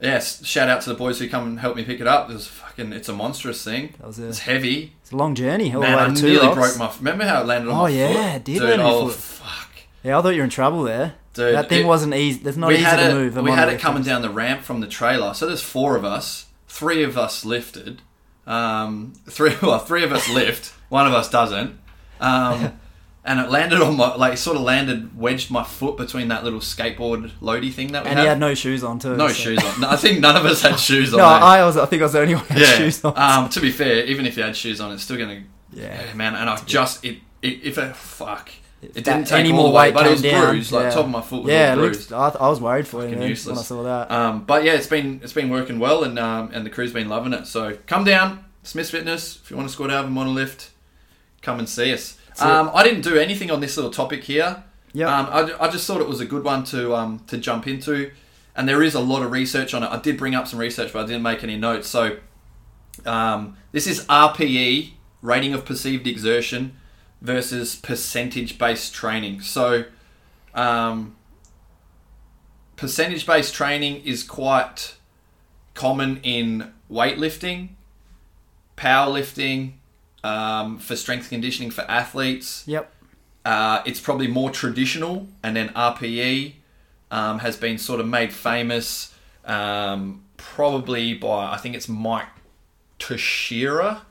yes, shout out to the boys who come and help me pick it up. It was fucking, it's a monstrous thing.
That was a-
it's heavy.
it's a long journey. All
Man,
the
I
way to two
nearly
rocks.
broke my. Remember how it landed on
Oh,
my
yeah,
foot?
it did
dude.
land on your
oh
foot.
fuck,
Yeah, I thought you were in trouble there.
dude.
that thing
it-
wasn't easy. That's not
we
easy
had
to
it,
move. a
We had it
monolith.
coming down the ramp from the trailer. So there's four of us. Three of us lifted. Um, three well, three of us lift. One of us doesn't. Um, and it landed on my like sort of landed wedged my foot between that little skateboard loady thing that we
and
had.
he had no shoes on too.
no
so-
shoes on. No, I think none of us had shoes on.
No,
eh?
I was. I think I was the only one who had
yeah.
shoes on.
Um, to be fair, even if you had shoes on, it's still gonna.
Yeah.
man. And I just it, it if it fuck. It
If
didn't
that-
take
any
all
more
the way,
weight
but it
came
was
down,
bruised. Like
yeah.
top of my foot was
yeah,
all
it
bruised.
looked, I, I was worried for you
Fucking
man, when I
useless.
saw that.
Um, but yeah, it's been it's been working well, and um, and the crew's been loving it. So come down, Smith's Fitness, if you want to squat out of a monolift, come and see us.
it.
Um, I didn't do anything on this little topic here.
Yep.
Um, I, I just thought it was a good one to um, to jump into, and there is a lot of research on it. I did bring up some research, but I didn't make any notes. So um, this is RPE, rating of perceived exertion, versus percentage based training. So um, percentage based training is quite common in weightlifting, powerlifting, um, for strength conditioning for athletes.
yep.
Uh, it's probably more traditional, and then RPE um, has been sort of made famous um, probably by, I think it's Mike Teixeira,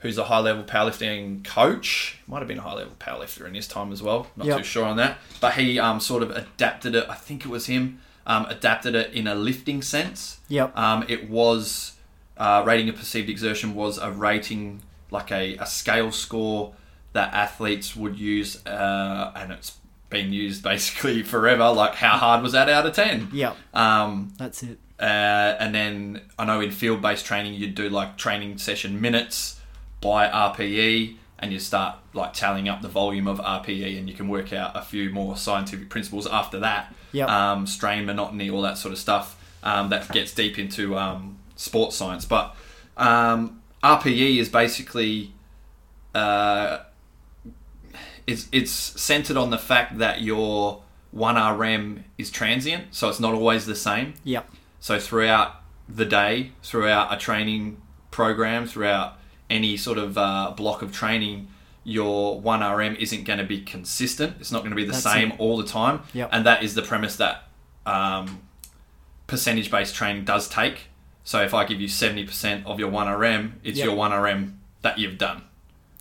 who's a high level powerlifting coach. Might have been a high level powerlifter in his time as well. Not
Yep.
too sure on that. But he um, sort of adapted it, I think it was him, um, adapted it in a lifting sense.
Yep.
Um, it was uh, rating of perceived exertion was a rating like a, a scale score that athletes would use, uh, and it's been used basically forever. Like how hard was that out of ten?
Yep.
Um,
That's it.
uh, and then I know in field based training you'd do like training session minutes by RPE, and you start like tallying up the volume of RPE, and you can work out a few more scientific principles after that.
Yep.
Um, strain, monotony, all that sort of stuff um, that gets deep into um, sports science. But um, RPE is basically uh, it's it's centered on the fact that your one RM is transient, so it's not always the same.
Yep.
So throughout the day, throughout a training program, throughout any sort of uh, block of training, your one RM isn't going to be consistent. It's not going to be the
That's
same all the time.
Yep.
And that is the premise that um, percentage based training does take. So if I give you seventy percent of your one RM, it's
Yep.
your one RM that you've done.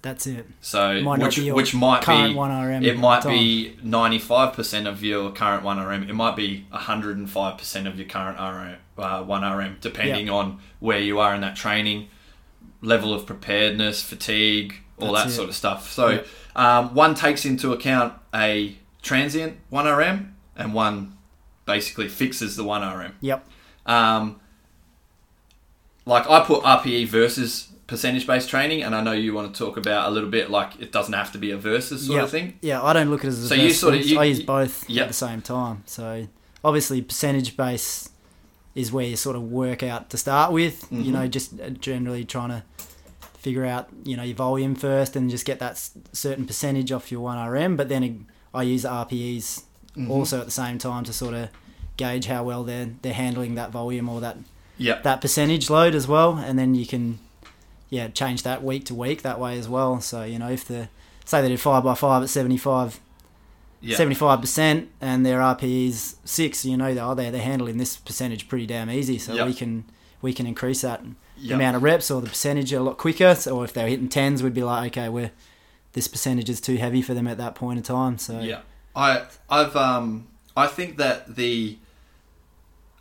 That's it.
So
Might not
which
be your
which might
current
be
1RM
it might
time.
be ninety five percent of your current one RM. It might be hundred and five percent of your current RM one RM, depending on where you are in that training, level of preparedness, fatigue, all
That's
that
it.
sort of stuff. So um, one takes into account a transient one RM, and one basically fixes the one RM.
Yep.
Um, like I put RPE versus percentage based training, and I know you want to talk about a little bit like it doesn't have to be a versus sort
yeah.
of thing.
Yeah, I don't look at it as a
So you
versus.
sort of- you-
I use
you-
both
yeah.
at the same time. So obviously percentage base is where you sort of work out to start with. You know, just uh, generally trying to figure out you know your volume first and just get that s- certain percentage off your one RM. But then I use RPEs also at the same time to sort of gauge how well they're they're handling that volume or that
Yeah,
that percentage load as well, and then you can yeah change that week to week that way as well. So you know if the say they did five by five at 75
yeah,
75 percent and their RPE's six, you know they are they're, they're handling this percentage pretty damn easy. So
Yep.
we can we can increase that
yeah.
amount of reps or the percentage a lot quicker. So if they're hitting tens, we'd be like okay we're this percentage is too heavy for them at that point in time. So
Yeah, I I've um I think that the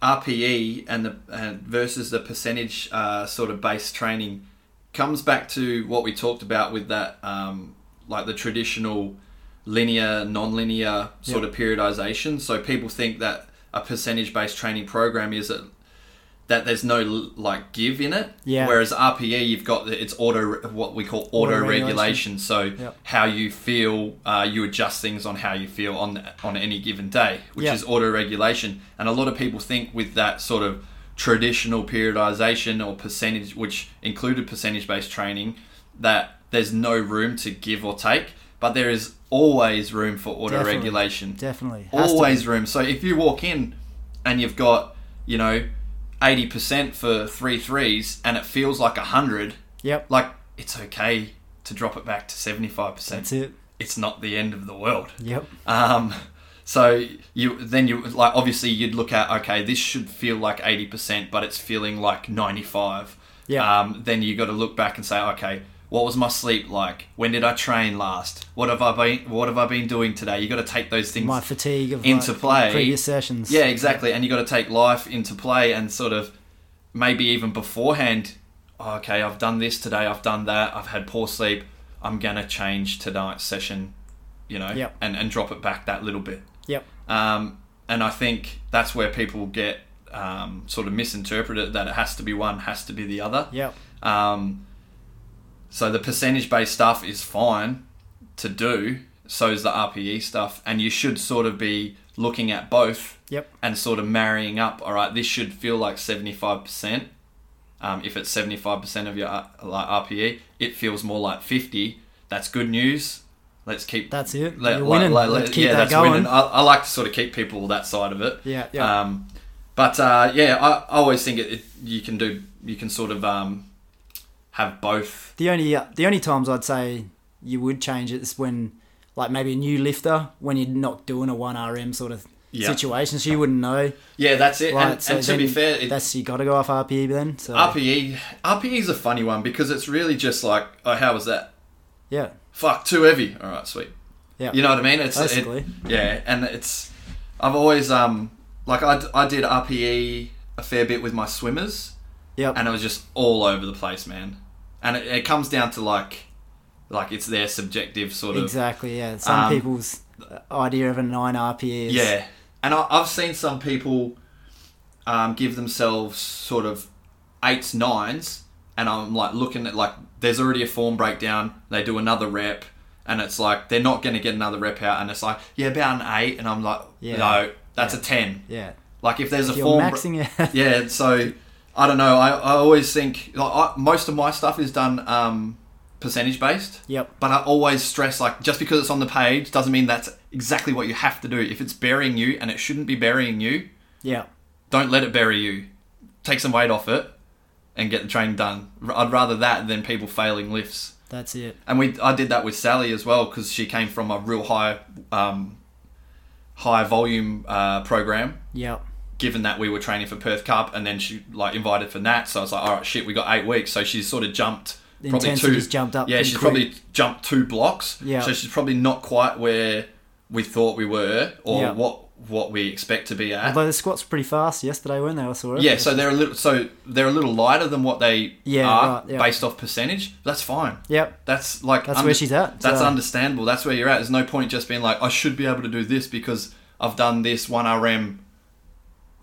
RPE and the and versus the percentage uh, sort of base training comes back to what we talked about with that um, like the traditional linear, non-linear sort
Yep.
of periodization. So people think that a percentage-based training program is that that there's no like give in it.
Yeah.
Whereas RPE, you've got the, it's auto what we call auto regulation.
Auto-regulation.
So
Yep.
how you feel, uh, you adjust things on how you feel on on any given day, which
Yep.
is auto regulation. And a lot of people think with that sort of traditional periodization or percentage, which included percentage based training, that there's no room to give or take, but there is always room for auto
Definitely.
regulation.
Definitely. Has to be.
Always room. So if you walk in and you've got, you know, 80% for three threes and it feels like 100,
Yep.
like it's okay to drop it back to 75%.
That's it.
It's not the end of the world.
Yep.
Um, so you then you like obviously you'd look at okay this should feel like eighty percent but it's feeling like ninety five.
Yeah.
Um, then you got to look back and say okay what was my sleep like? When did I train last? What have I been What have I been doing today? You got to take those things
My fatigue of
into
like,
play.
previous sessions.
Yeah, exactly. And you got to take life into play and sort of maybe even beforehand. "Oh, okay, I've done this today. I've done that. I've had poor sleep. I'm gonna change tonight's session. You know,
Yep.
and and drop it back that little bit.
Yep.
Um, and I think that's where people get um, sort of misinterpreted that it has to be one, has to be the other.
Yep.
Um, so the percentage based stuff is fine to do. So is the RPE stuff, and you should sort of be looking at both
Yep.
and sort of marrying up. All right, this should feel like seventy five percent. Um, if it's seventy five percent of your uh, like RPE, it feels more like fifty. That's good news. Let's keep
That's it.
let-
You're
like-
winning.
like-
Let's
let-
keep
yeah,
that
that's
going.
winning. I, I like to sort of keep people that side of it.
Yeah, yeah.
Um, but uh, yeah, I, I always think it, it you can do you can sort of um, have both.
The only uh, the only times I'd say you would change it is when like maybe a new lifter when you're not doing a one RM sort of
Yeah.
situation, so you wouldn't know.
Yeah, that's it.
Right,
and
so
and to be
then
fair, it, E
that's uh, you got to go off RPE then. So
RPE RPE is a funny one because it's really just like, oh, how was that?
yeah,
Fuck, too heavy. All right, sweet.
yeah,
You know what I mean? It's it-
Basically.
yeah, and it's I've always um like I, d- I did RPE a fair bit with my swimmers,
yep,
and it was just all over the place, man. And it, it comes down to like like it's their subjective sort of
exactly. Yeah, some
Um,
people's idea of a nine RPE is
yeah. And I, I've seen some people um, give themselves sort of eights nines, and I'm like looking at like there's already a form breakdown. They do another rep, and it's like they're not going to get another rep out, and it's like yeah, about an eight, and I'm like
Yeah.
no, that's a
Yeah.
ten.
yeah.
Like if there's a
You're
form,
maxing it.
yeah. So I don't know. I, I always think like, I, most of my stuff is done um, percentage based.
Yep.
But I always stress like just because it's on the page doesn't mean that's exactly what you have to do. If it's burying you and it shouldn't be burying you,
yeah,
don't let it bury you. Take some weight off it and get the training done. R- I'd rather that than people failing lifts.
that's it.
And we I did that with Sally as well because she came from a real high um, high volume uh, program
Yep,
given that we were training for Perth Cup and then she like invited for Nat, so I was like, all right, shit, we got eight weeks. So she's sort of jumped.
The
probably
intensity's
two,
jumped up
Yeah,
pretty
she's
quick.
probably jumped two blocks.
Yeah.
So she's probably not quite where we thought we were or
Yeah.
what what we expect to be at.
although the squats were pretty fast yesterday, weren't they? I saw it.
yeah, so they're a little so they're a little lighter than what they
Yeah,
are
right, yeah.
based off percentage. That's fine.
yep,
That's like
That's where she's at,
That's
so-
understandable. That's where you're at. There's no point just being like, I should be able to do this because I've done this one RM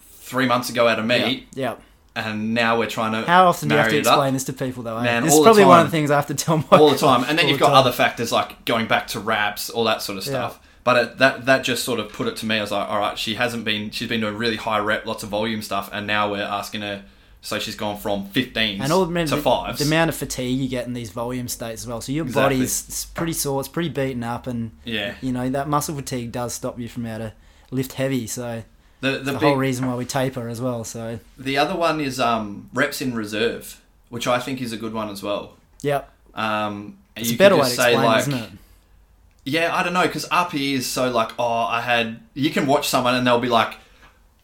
three months ago out of meet
yep, yep.
and now we're trying to
How often do you
marry
have to
it up
explain this to people, though? eh?
Man,
this
all
is
the
probably one of
time.
the things I have to tell my
all the time, and then
all
you've
the
got
time.
other factors like going back to raps, all that sort of
Yeah.
stuff. But it, that that just sort of put it to me. I was like, all right, she hasn't been she's been doing really high rep, lots of volume stuff, and now we're asking her. So she's gone from 15s
and all the,
to fives.
the amount of fatigue you get in these volume states as well. So your
Exactly.
body's it's pretty sore, it's pretty beaten up, and
yeah,
you know that muscle fatigue does stop you from able to lift heavy. So
the the,
the,
big,
whole reason why we taper as well. So
the other one is um, reps in reserve, which I think is a good one as well.
yep,
Um,
it's
you
a better
could
way to
just
explain,
say like,
isn't it?
Yeah, I don't know because RPE is so like, oh, I had. You can watch someone and they'll be like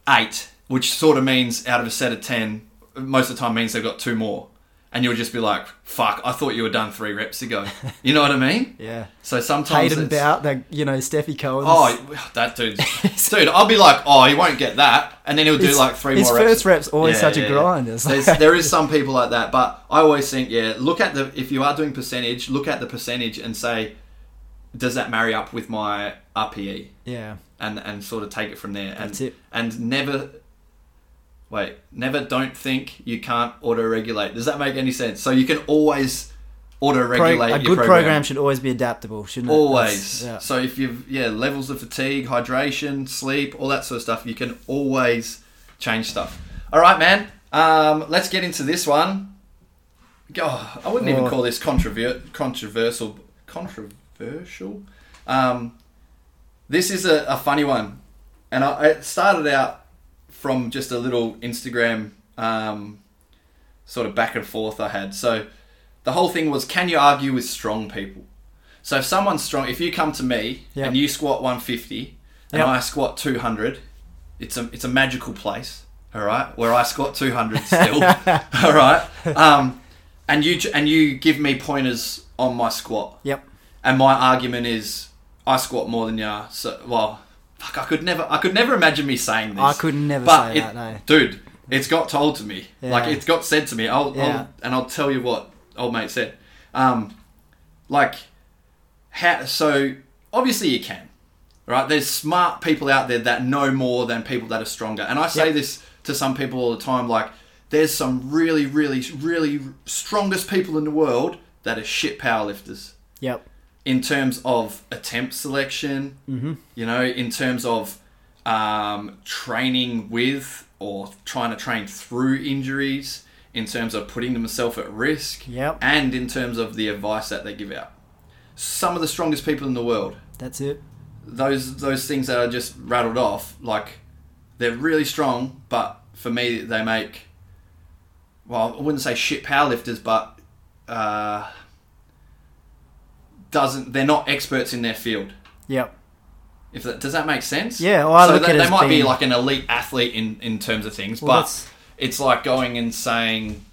eight, which sort of means out of a set of ten, most of the time means they've got two more, and you'll just be like, fuck, I thought you were done three reps ago. You know what I mean?
Yeah,
So sometimes
Hayden
it's,
Bout, that you know Steffi Cohen.
oh, that dude, dude, I'll be like, oh, he won't get that, and then he'll do
His-
like three
his
more reps.
first rep's always such a grind. It's
There's,
like-
there is some people like that, but I always think, yeah, look at the if you are doing percentage, look at the percentage and say does that marry up with my RPE
Yeah,
and and sort of take it from there and
that's it.
and never wait never don't think you can't auto regulate does that make any sense so you can always auto
Pro-
regulate
a
your
good
program,
program. should always be adaptable, shouldn't it?
always
That's-
so if you've yeah levels of fatigue hydration sleep all that sort of stuff you can always change stuff all right man um, let's get into this one oh, i wouldn't even
Oh.
call this controver- controversial controversial um, this is a, a funny one and I, it started out from just a little instagram um, sort of back and forth i had so the whole thing was can you argue with strong people so if someone's strong, if you come to me
Yeah.
and you squat 150 and
Yeah.
I squat 200, it's a it's a magical place, all right, where I squat 200 still, all right, um, and you ch- and you give me pointers on my squat,
Yeah. Yep.
and my argument is I squat more than you, so well, fuck, I could never, I could never imagine me saying this.
I could never
But
say
it-
that. eh? No.
dude, it's got told to me.
Yeah.
Like it's got said to me. I'll,
Yeah.
I'll and I'll tell you what old mate said. Um, like how? So obviously you can, right? There's smart people out there that know more than people that are stronger. And I say
Yeah.
this to some people all the time. Like there's some really, really, really strongest people in the world that are shit powerlifters
Yep.
in terms of attempt selection, you know, in terms of um, training with or trying to train through injuries, in terms of putting themselves at risk,
Yep.
and in terms of the advice that they give out. Some of the strongest people in the world,
That's it.
those those things that I just rattled off, like they're really strong, but for me they make well, I wouldn't say shit powerlifters, but uh, doesn't they're not experts in their field.
Yep.
If that, does that make sense?
Yeah, well, I
so
look
they,
at it
they
as
might be
being-
like an elite athlete in in terms of things,
Well,
but
that's-
it's like going and saying,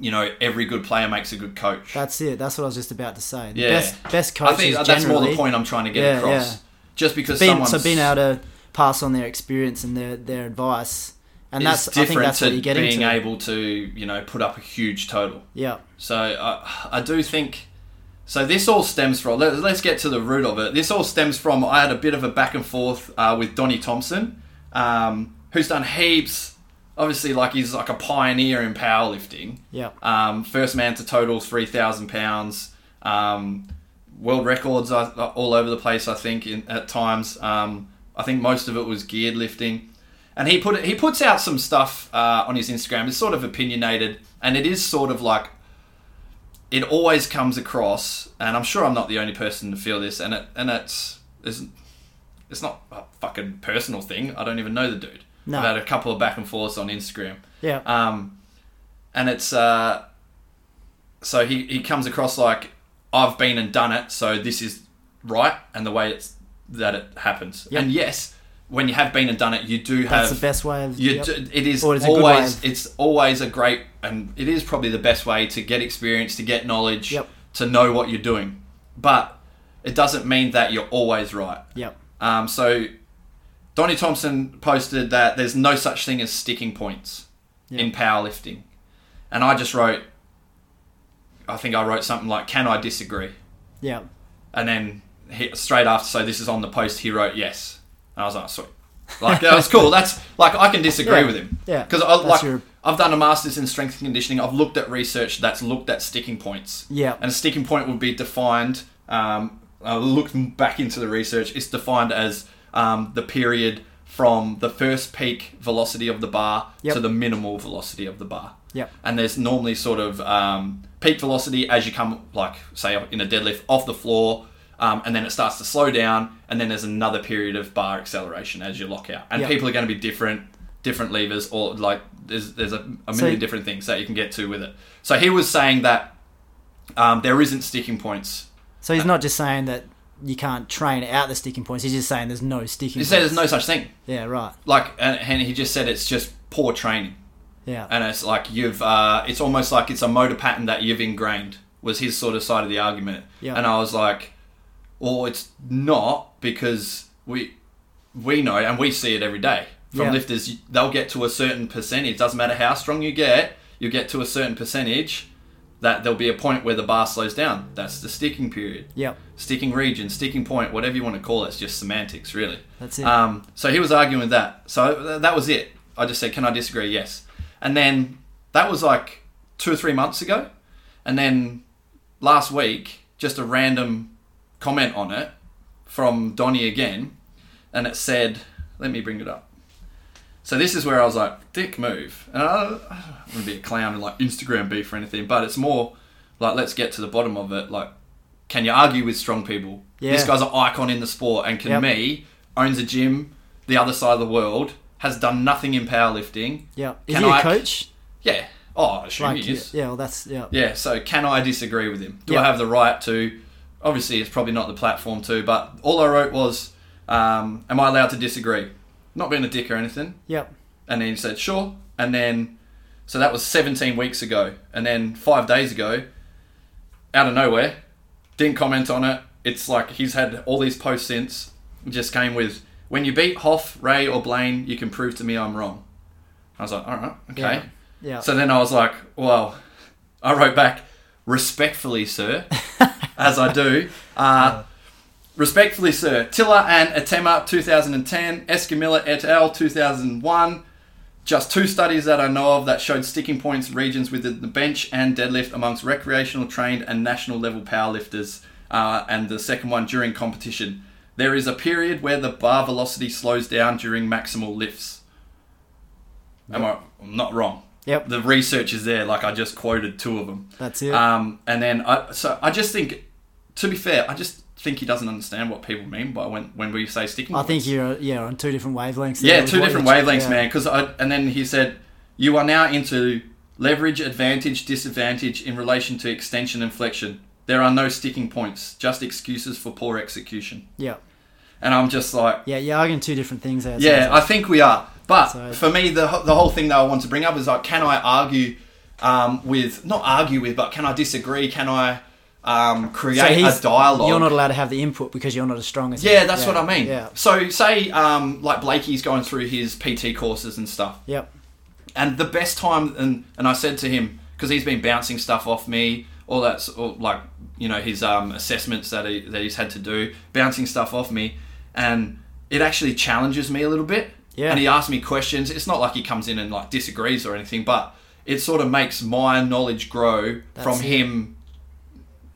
you know, every good player makes a good coach.
That's it. That's what I was just about to say. The
Yeah.
Best best
I
coaches
think that's
generally.
more the point I'm trying to get
Yeah,
across.
yeah.
Just because
Being,
someone's
so being able to pass on their experience and their their advice, and
It's
that's I think
different
that's
to
what you're getting
being
to.
able to you know put up a huge total.
yeah.
So I I do think so. This all stems from let, let's get to the root of it. This all stems from I had a bit of a back and forth uh, with Donnie Thompson, um, who's done heaps. Obviously, like he's like a pioneer in powerlifting.
Yeah.
Um, first man to total three thousand pounds. Um, world records are, are all over the place. I think in, at times. Um, I think most of it was geared lifting, and he put he puts out some stuff uh, on his Instagram. It's sort of opinionated, and it is sort of like it always comes across. And I'm sure I'm not the only person to feel this. And it and it's it's, it's not a fucking personal thing. I don't even know the dude.
No.
I've had a couple of back and forths on Instagram.
Yeah.
Um, and it's uh, so he he comes across like I've been and done it, so this is right and the way it's that it happens.
Yep.
And yes, when you have been and done it, you do have
that's the best way of.
you
yep.
do- it is
Or it's a good way
always
of-
it's always a great and it is probably the best way to get experience, to get knowledge,
Yep.
to know what you're doing. But it doesn't mean that you're always right.
Yep.
Um, so Donnie Thompson posted that there's no such thing as sticking points in powerlifting. And I just wrote, I think I wrote something like, Can I disagree?
Yep.
And then he, straight after, so this is on the post, he wrote, Yes. And I was like, Sweet. Like, that was cool. That's like, I can disagree
Yeah.
with him.
Yeah.
Because I
That's
like,
your-
I've done a master's in strength and conditioning. I've looked at research that's looked at sticking points.
Yeah.
And a sticking point would be defined. Um, I looked back into the research. It's defined as um, the period from the first peak velocity of the bar
Yep.
to the minimal velocity of the bar.
Yep.
And there's normally sort of um, peak velocity as you come, like say in a deadlift, off the floor, um, and then it starts to slow down, and then there's another period of bar acceleration as you lock out. And
Yep.
people are going to be different, different levers, or like there's there's a, a million different things that you can get to with it. So he was saying that um, there isn't sticking points.
So he's not just saying that you can't train out the sticking points. He's just saying there's no sticking.
He
points.
said there's no such thing.
Yeah. Right.
Like, and, and he just said it's just poor training.
Yeah.
and it's like you've uh, it's almost like it's a motor pattern that you've ingrained was his sort of side of the argument
Yeah.
and i was like well it's not because we we know and we see it every day from
Yeah.
lifters they'll get to a certain percentage doesn't matter how strong you get you get to a certain percentage that there'll be a point where the bar slows down. That's the sticking period.
Yep.
Sticking region, sticking point, whatever you want to call it. It's just semantics, really.
That's it.
Um, so he was arguing with that. So th- that was it. I just said, can I disagree? Yes. And then that was like two or three months ago. And then last week, just a random comment on it from Donnie again. And it said, let me bring it up. So this is where I was like, dick move. And I, I don't want to be a clown and like Instagram beef or anything, but it's more like, let's get to the bottom of it. Like, can you argue with strong people?
Yeah.
This guy's an icon in the sport, and can
Yep.
me owns a gym the other side of the world, has done nothing in powerlifting.
yeah. Is
Can
he a
I-
coach?
Yeah. Oh, I assume
Like,
he is.
yeah. Well, that's yeah.
Yeah, so can I disagree with him? Do
Yeah.
I have the right to? Obviously, it's probably not the platform to, but all I wrote was, um, Am I allowed to disagree? Not being a dick or anything.
Yep.
And then he said, Sure. And then, so that was 17 weeks ago. And then five days ago, out of nowhere, didn't comment on it. It's like he's had all these posts since. It just came with, When you beat Hoff, Ray, or Blaine, you can prove to me I'm wrong. I was like, All right, okay.
Yeah. Yeah.
So then I was like, well, I wrote back, respectfully, sir, as I do. Uh, respectfully, sir, Tiller and Atema 2010, Escamilla et al. 2001. Just two studies that I know of that showed sticking points in regions within the bench and deadlift amongst recreational, trained, and national level powerlifters, uh, and the second one during competition. There is a period where the bar velocity slows down during maximal lifts. Am I I'm not wrong?
Yep.
The research is there. Like I just quoted two of them.
That's it.
Um, and then I so I just think, to be fair, I just think he doesn't understand what people mean by when when we say sticking.
I
points.
think you're yeah on two different wavelengths. there
Yeah,
with
two
what
different
you're-
wavelengths,
yeah.
man. Because I and then he said, "You are now into leverage, advantage, disadvantage in relation to extension and flexion. There are no sticking points, just excuses for poor execution."
Yeah.
And I'm just like,
Yeah. You're arguing two different things there. it
yeah,
sounds
I think we are. But
So-
for me, the ho- the whole thing that I want to bring up is like, can I argue um, with not argue with, but can I disagree? Can I um, create
like.
a dialogue?
You're not allowed to have the input because you're not as strong as. him.
yeah, that's what I mean.
Yeah.
So say um, like Blakey's going through his PT courses and stuff.
Yep.
and the best time and and I said to him because he's been bouncing stuff off me all that s- all, like you know his um, assessments that he that he's had to do bouncing stuff off me and it actually challenges me a little bit
Yeah.
and he asks me questions it's not like he comes in and like disagrees or anything but it sort of makes my knowledge grow from
it.
him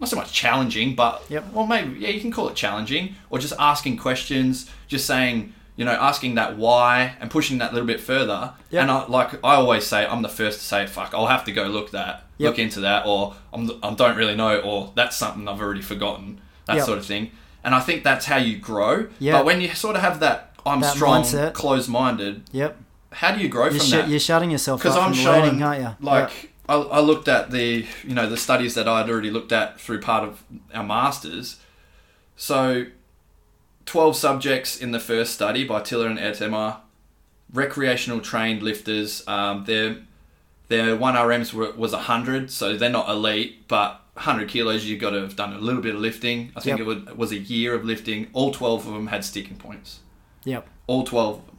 not so much challenging, but
Yep.
well, maybe yeah, you can call it challenging, or just asking questions, just saying, you know, asking that why and pushing that little bit further.
Yep.
And I, like I always say, I'm the first to say, fuck, I'll have to go look that,
Yep.
look into that, or I'm, I don't really know, or that's something I've already forgotten, that
Yep.
sort of thing. And I think that's how you grow.
Yeah.
But when you sort of have that, I'm
That
strong,
mindset.
closed-minded.
Yep.
How do you grow
You're,
from
sh-
that?
you're shutting yourself up
because I'm
from learning,
showing
aren't you?
like
Yep.
I, I looked at the you know the studies that I'd already looked at through part of our masters. So, twelve subjects in the first study by Tiller and Etema, recreational trained lifters. Um, their their one RMs were, was hundred, so they're not elite, but. 100 kilos, you've got to have done a little bit of lifting. I
Yep.
think it, would, it was a year of lifting. All 12 of them had sticking points
Yep.
all 12 of them.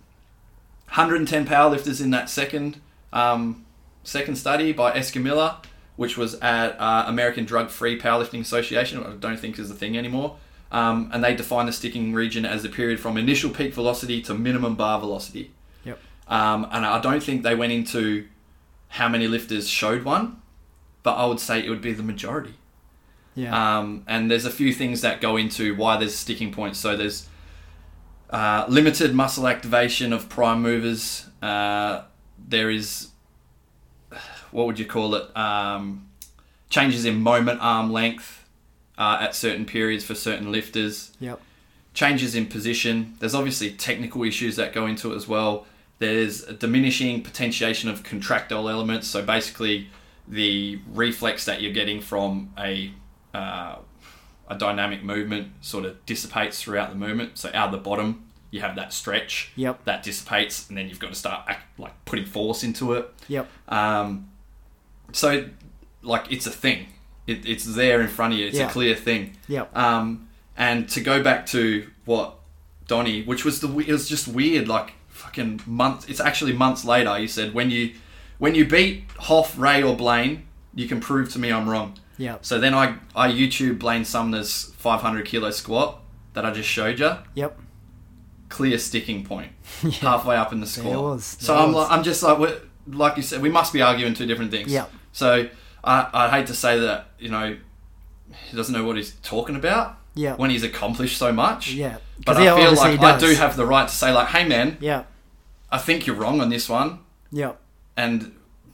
110 powerlifters in that second um, second study by Escamilla, which was at uh, American Drug Free Powerlifting Association, which I don't think is a thing anymore. Um, and they define the sticking region as the period from initial peak velocity to minimum bar velocity.
Yep.
Um, and I don't think they went into how many lifters showed one, but I would say it would be the majority.
Yeah.
Um, and there's a few things that go into why there's sticking points. So there's uh, limited muscle activation of prime movers. Uh, there is, what would you call it? Um, changes in moment arm length uh, at certain periods for certain lifters.
yep.
Changes in position. There's obviously technical issues that go into it as well. There's a diminishing potentiation of contractile elements. So basically, the reflex that you're getting from a uh, a dynamic movement sort of dissipates throughout the movement. So out of the bottom, you have that stretch.
Yep.
That dissipates, and then you've got to start act, like putting force into it.
Yep.
Um, so, like, it's a thing. It, it's there in front of you. It's
Yeah.
a clear thing.
Yep.
Um, and to go back to what Donnie, which was the it was just weird, like fucking months. It's actually months later. He said when you when you beat Hoff, Ray, or Blaine, you can prove to me I'm wrong.
Yeah.
So then I, I YouTube Blaine Sumner's 500 kilo squat that I just showed you.
Yep.
Clear sticking point halfway up in the score.
was,
So
there
I'm,
was.
like, I'm just like, we're- like you said, we must be arguing two different things.
Yeah.
So I, I'd hate to say that, you know, he doesn't know what he's talking about
Yeah.
when he's accomplished so much.
Yeah. 'Cause
But
he
I feel
obviously
like I
does.
do have the right to say, like, hey, man,
Yeah.
I think you're wrong on this one.
Yeah.
And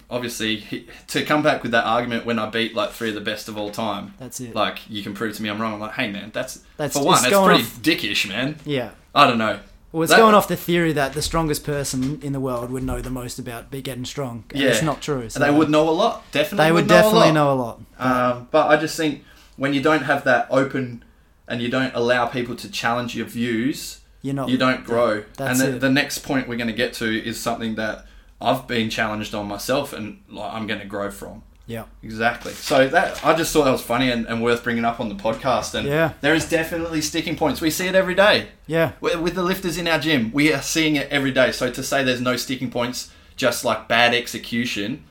obviously, he, to come back with that argument when I beat like three of the best of all time,
That's it.
like you can prove to me I'm wrong. I'm like, hey man, that's,
That's-
for one,
it's
that's
going
pretty
off-
dickish, man.
Yeah.
I don't know.
Well, it's
That-
going off the theory that the strongest person in the world would know the most about be getting strong. And
Yeah,
It's not true. so
And they would know a lot. Definitely,
They would definitely know a lot.
Um, but I just think when you don't have that open and you don't allow people to challenge your views,
You're not.
you don't grow.
That's
and the,
it.
the next point we're going to get to is something that I've been challenged on myself, and like, I'm going to grow from.
Yeah.
Exactly. So that I just thought that was funny and, and worth bringing up on the podcast. And
Yeah.
there is definitely sticking points. We see it every day.
Yeah.
With with the lifters in our gym, we are seeing it every day. So to say there's no sticking points, just like bad execution,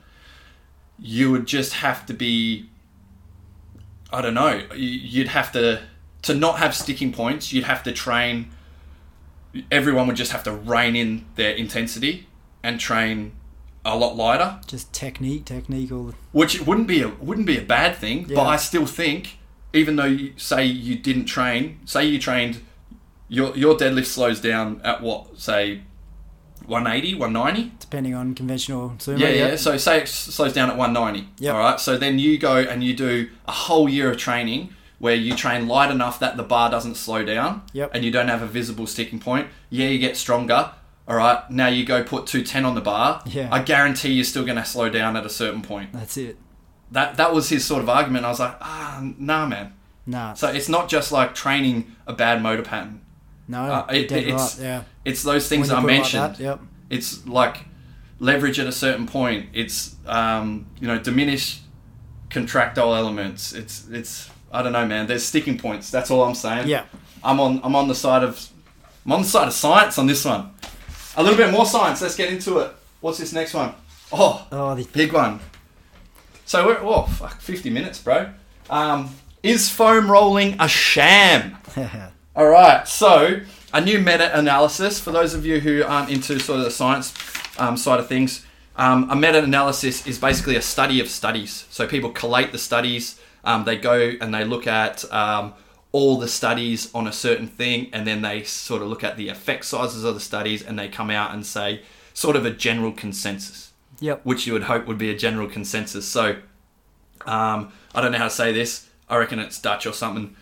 you would just have to be. I don't know. you- You'd have to to not have sticking points. You'd have to train. Everyone would just have to rein in their intensity and train a lot lighter
Just technique, technique. All the,
which it wouldn't be a wouldn't be a bad thing.
Yeah.
But I still think, even though you say you didn't train, say you trained, your your deadlift slows down at what say. 180, 190?
depending on conventional sumo.
Yeah, yeah. So say it s- slows down at 190.
Yep.
All right. So then you go and you do a whole year of training where you train light enough that the bar doesn't slow down
Yep.
and you don't have a visible sticking point. Yeah, you get stronger. All right. Now you go put 210 on the bar.
Yeah.
I guarantee you're still going to slow down at a certain point
That's it.
that that was his sort of argument. I was like, ah, nah, man.
Nah.
So it's not just like training a bad motor pattern.
no.
Uh,
you're
it-
dead
it's-
right. Yeah.
It's those things
When you
that I
put it like
mentioned.
that, yep.
It's like leverage at a certain point. It's um, you know diminish contractile elements. It's it's I don't know, man. There's sticking points. That's all I'm saying.
Yeah.
I'm on I'm on the side of I'm on the side of science on this one. A little bit more science. Let's get into it. What's this next one? Oh,
Oh, the,
Big one. So we're oh fuck, fifty minutes, bro. Um, is foam rolling a sham? All right. So a new meta-analysis for those of you who aren't into sort of the science um, side of things. Um, a meta-analysis is basically a study of studies. So people collate the studies. Um, they go and they look at um, all the studies on a certain thing, and then they sort of look at the effect sizes of the studies, and they come out and say sort of a general consensus
yep.
which you would hope would be a general consensus. So, um, I don't know how to say this. I reckon it's Dutch or something.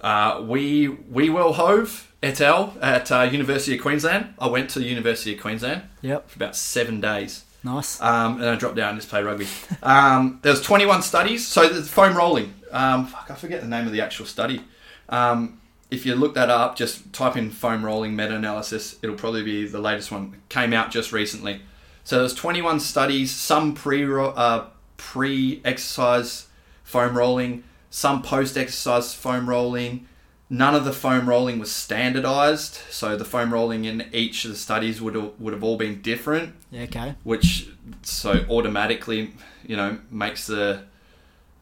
Uh, we we will hove et al. at uh, University of Queensland. I went to University of Queensland
Yep.
for about seven days.
Nice.
Um, and I dropped down and just play rugby. Um, there was 21 studies. So the foam rolling. Um, fuck, I forget the name of the actual study. Um, if you look that up, just type in foam rolling meta-analysis. It'll probably be the latest one. Came out just recently. So there's 21 studies. Some pre uh, pre-exercise foam rolling. Some post-exercise foam rolling. None of the foam rolling was standardized, so the foam rolling in each of the studies would have, would have all been different
yeah, okay.
which so automatically you know makes the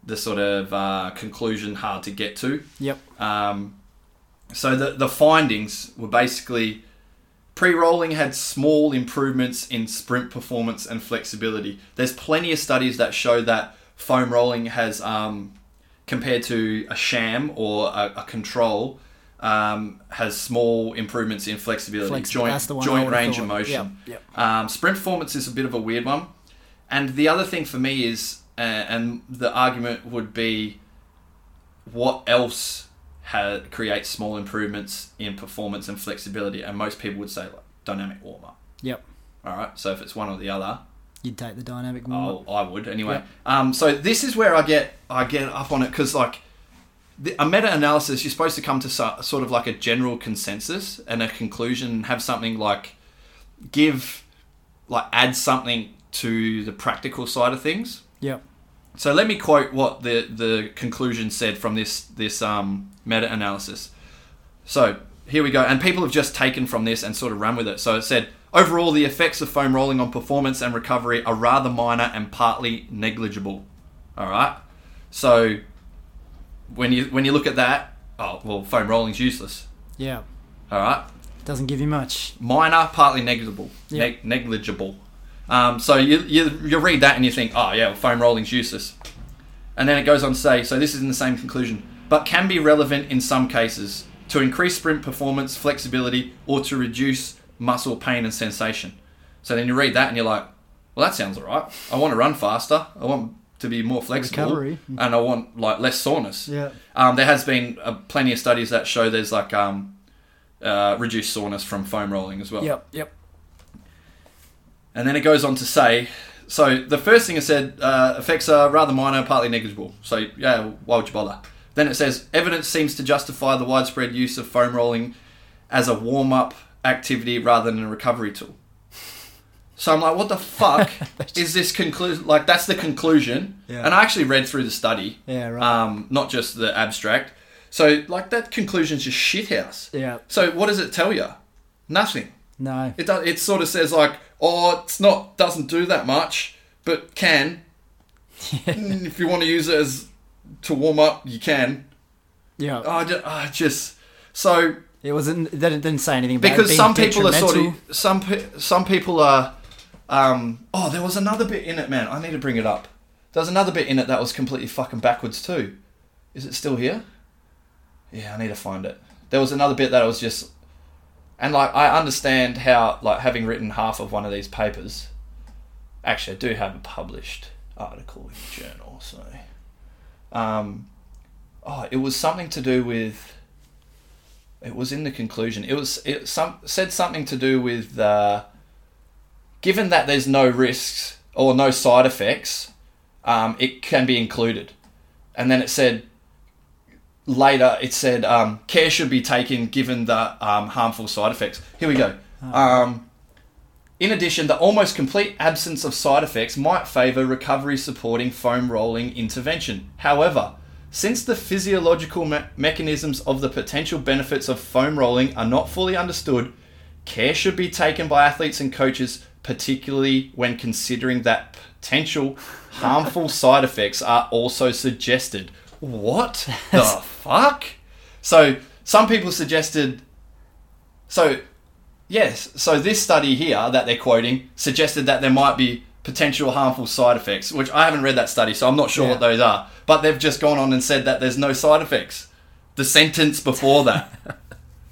the sort of uh, conclusion hard to get to
Yep.
um, so the, the findings were basically pre-rolling had small improvements in sprint performance and flexibility. There's plenty of studies that show that foam rolling has, um, compared to a sham or a, a control, um, has small improvements in flexibility,
Flexi- that's
joint,
the one I
joint
would've
range
thought.
of motion.
Yep,
Um, sprint performance is a bit of a weird one. And the other thing for me is, uh, and the argument would be, what else ha creates small improvements in performance and flexibility? And most people would say like dynamic warm up.
Yep.
All right, so if it's one or the other,
You'd take the dynamic more.
I'll, Oh, I would anyway.
Yep.
Um, so this is where I get I get up on it because like the, a meta analysis, you're supposed to come to so, sort of like a general consensus and a conclusion, and have something like give like add something to the practical side of things.
Yep.
So let me quote what the the conclusion said from this this um, meta analysis. So here we go, and people have just taken from this and sort of run with it. So it said overall the effects of foam rolling on performance and recovery are rather minor and partly negligible. All right. So when you when you look at that, oh well, foam rolling's useless.
Yeah.
All right.
Doesn't give you much.
Minor, partly negligible.
Yeah.
Neg- negligible. Um, so you, you you read that and you think, oh yeah, well, foam rolling's useless. And then it goes on to say, so this is in the same conclusion, but can be relevant in some cases to increase sprint performance, flexibility, or to reduce muscle pain and sensation. So then you read that and you're like, well, that sounds all right. I want to run faster. I want to be more flexible,
Recovery.
and I want like less soreness.
Yeah.
Um, there has been uh, plenty of studies that show there's like um, uh, reduced soreness from foam rolling as well.
Yep. Yep.
And then it goes on to say, so the first thing it said, uh, effects are rather minor, partly negligible. So yeah, why would you bother? Then it says, evidence seems to justify the widespread use of foam rolling as a warm-up activity rather than a recovery tool. So I'm like, what the fuck is this conclusion? Like, that's the conclusion.
Yeah.
And I actually read through the study,
Yeah. Right.
um, not just the abstract. So like that conclusion's just shithouse.
yeah.
So what does it tell you? Nothing.
No.
It does, it sort of says like, oh, it's not doesn't do that much, but can. Mm, if you want to use it as to warm up, you can.
Yeah.
I ju- I just so
It wasn't. They didn't didn't say anything about it
because
being
some people are sort
detrimental.
of some pe- some people are. Um, oh, there was another bit in it, man. I need to bring it up. There's another bit in it that was completely fucking backwards too. Is it still here? Yeah, I need to find it. There was another bit that was just, and like I understand how like having written half of one of these papers. Actually, I do have a published article in the journal, so. Um, oh, it was something to do with it was in the conclusion. It was it some said something to do with uh, given that there's no risks or no side effects, um, it can be included. And then it said later it said um, care should be taken given the um, harmful side effects. Here we go. Um, in addition, the almost complete absence of side effects might favour recovery supporting foam rolling intervention. However, since the physiological me- mechanisms of the potential benefits of foam rolling are not fully understood, care should be taken by athletes and coaches, particularly when considering that potential harmful side effects are also suggested. What the fuck? So, some people suggested. So, Yes. So this study here that they're quoting suggested that there might be potential harmful side effects, which I haven't read that study, so I'm not sure
Yeah.
what those are. But they've just gone on and said that there's no side effects. The sentence before that.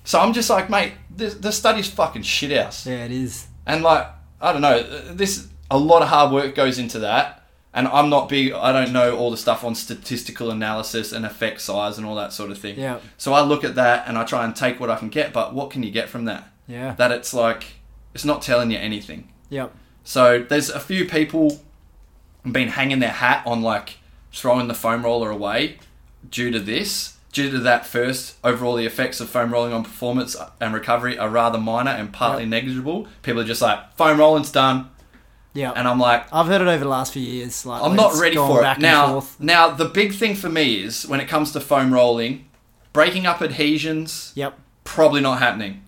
so I'm just like, mate, this, this study's fucking shit house.
Yeah, it is.
And like, I don't know, this a lot of hard work goes into that. And I'm not big. I don't know all the stuff on statistical analysis and effect size and all that sort of thing.
Yeah.
So I look at that and I try and take what I can get. But what can you get from that?
Yeah.
that it's like it's not telling you anything.
yep.
So there's a few people been hanging their hat on like throwing the foam roller away due to this, due to that first. Overall, the effects of foam rolling on performance and recovery are rather minor and partly negligible. People are just like foam rolling's done,
Yep.
and I'm like,
I've heard it over the last few years. Like
I'm
when
not
it's
ready
gone
for
back
it.
and
Now,
forth.
now the big thing for me is when it comes to foam rolling, breaking up adhesions.
Yep.
Probably not happening.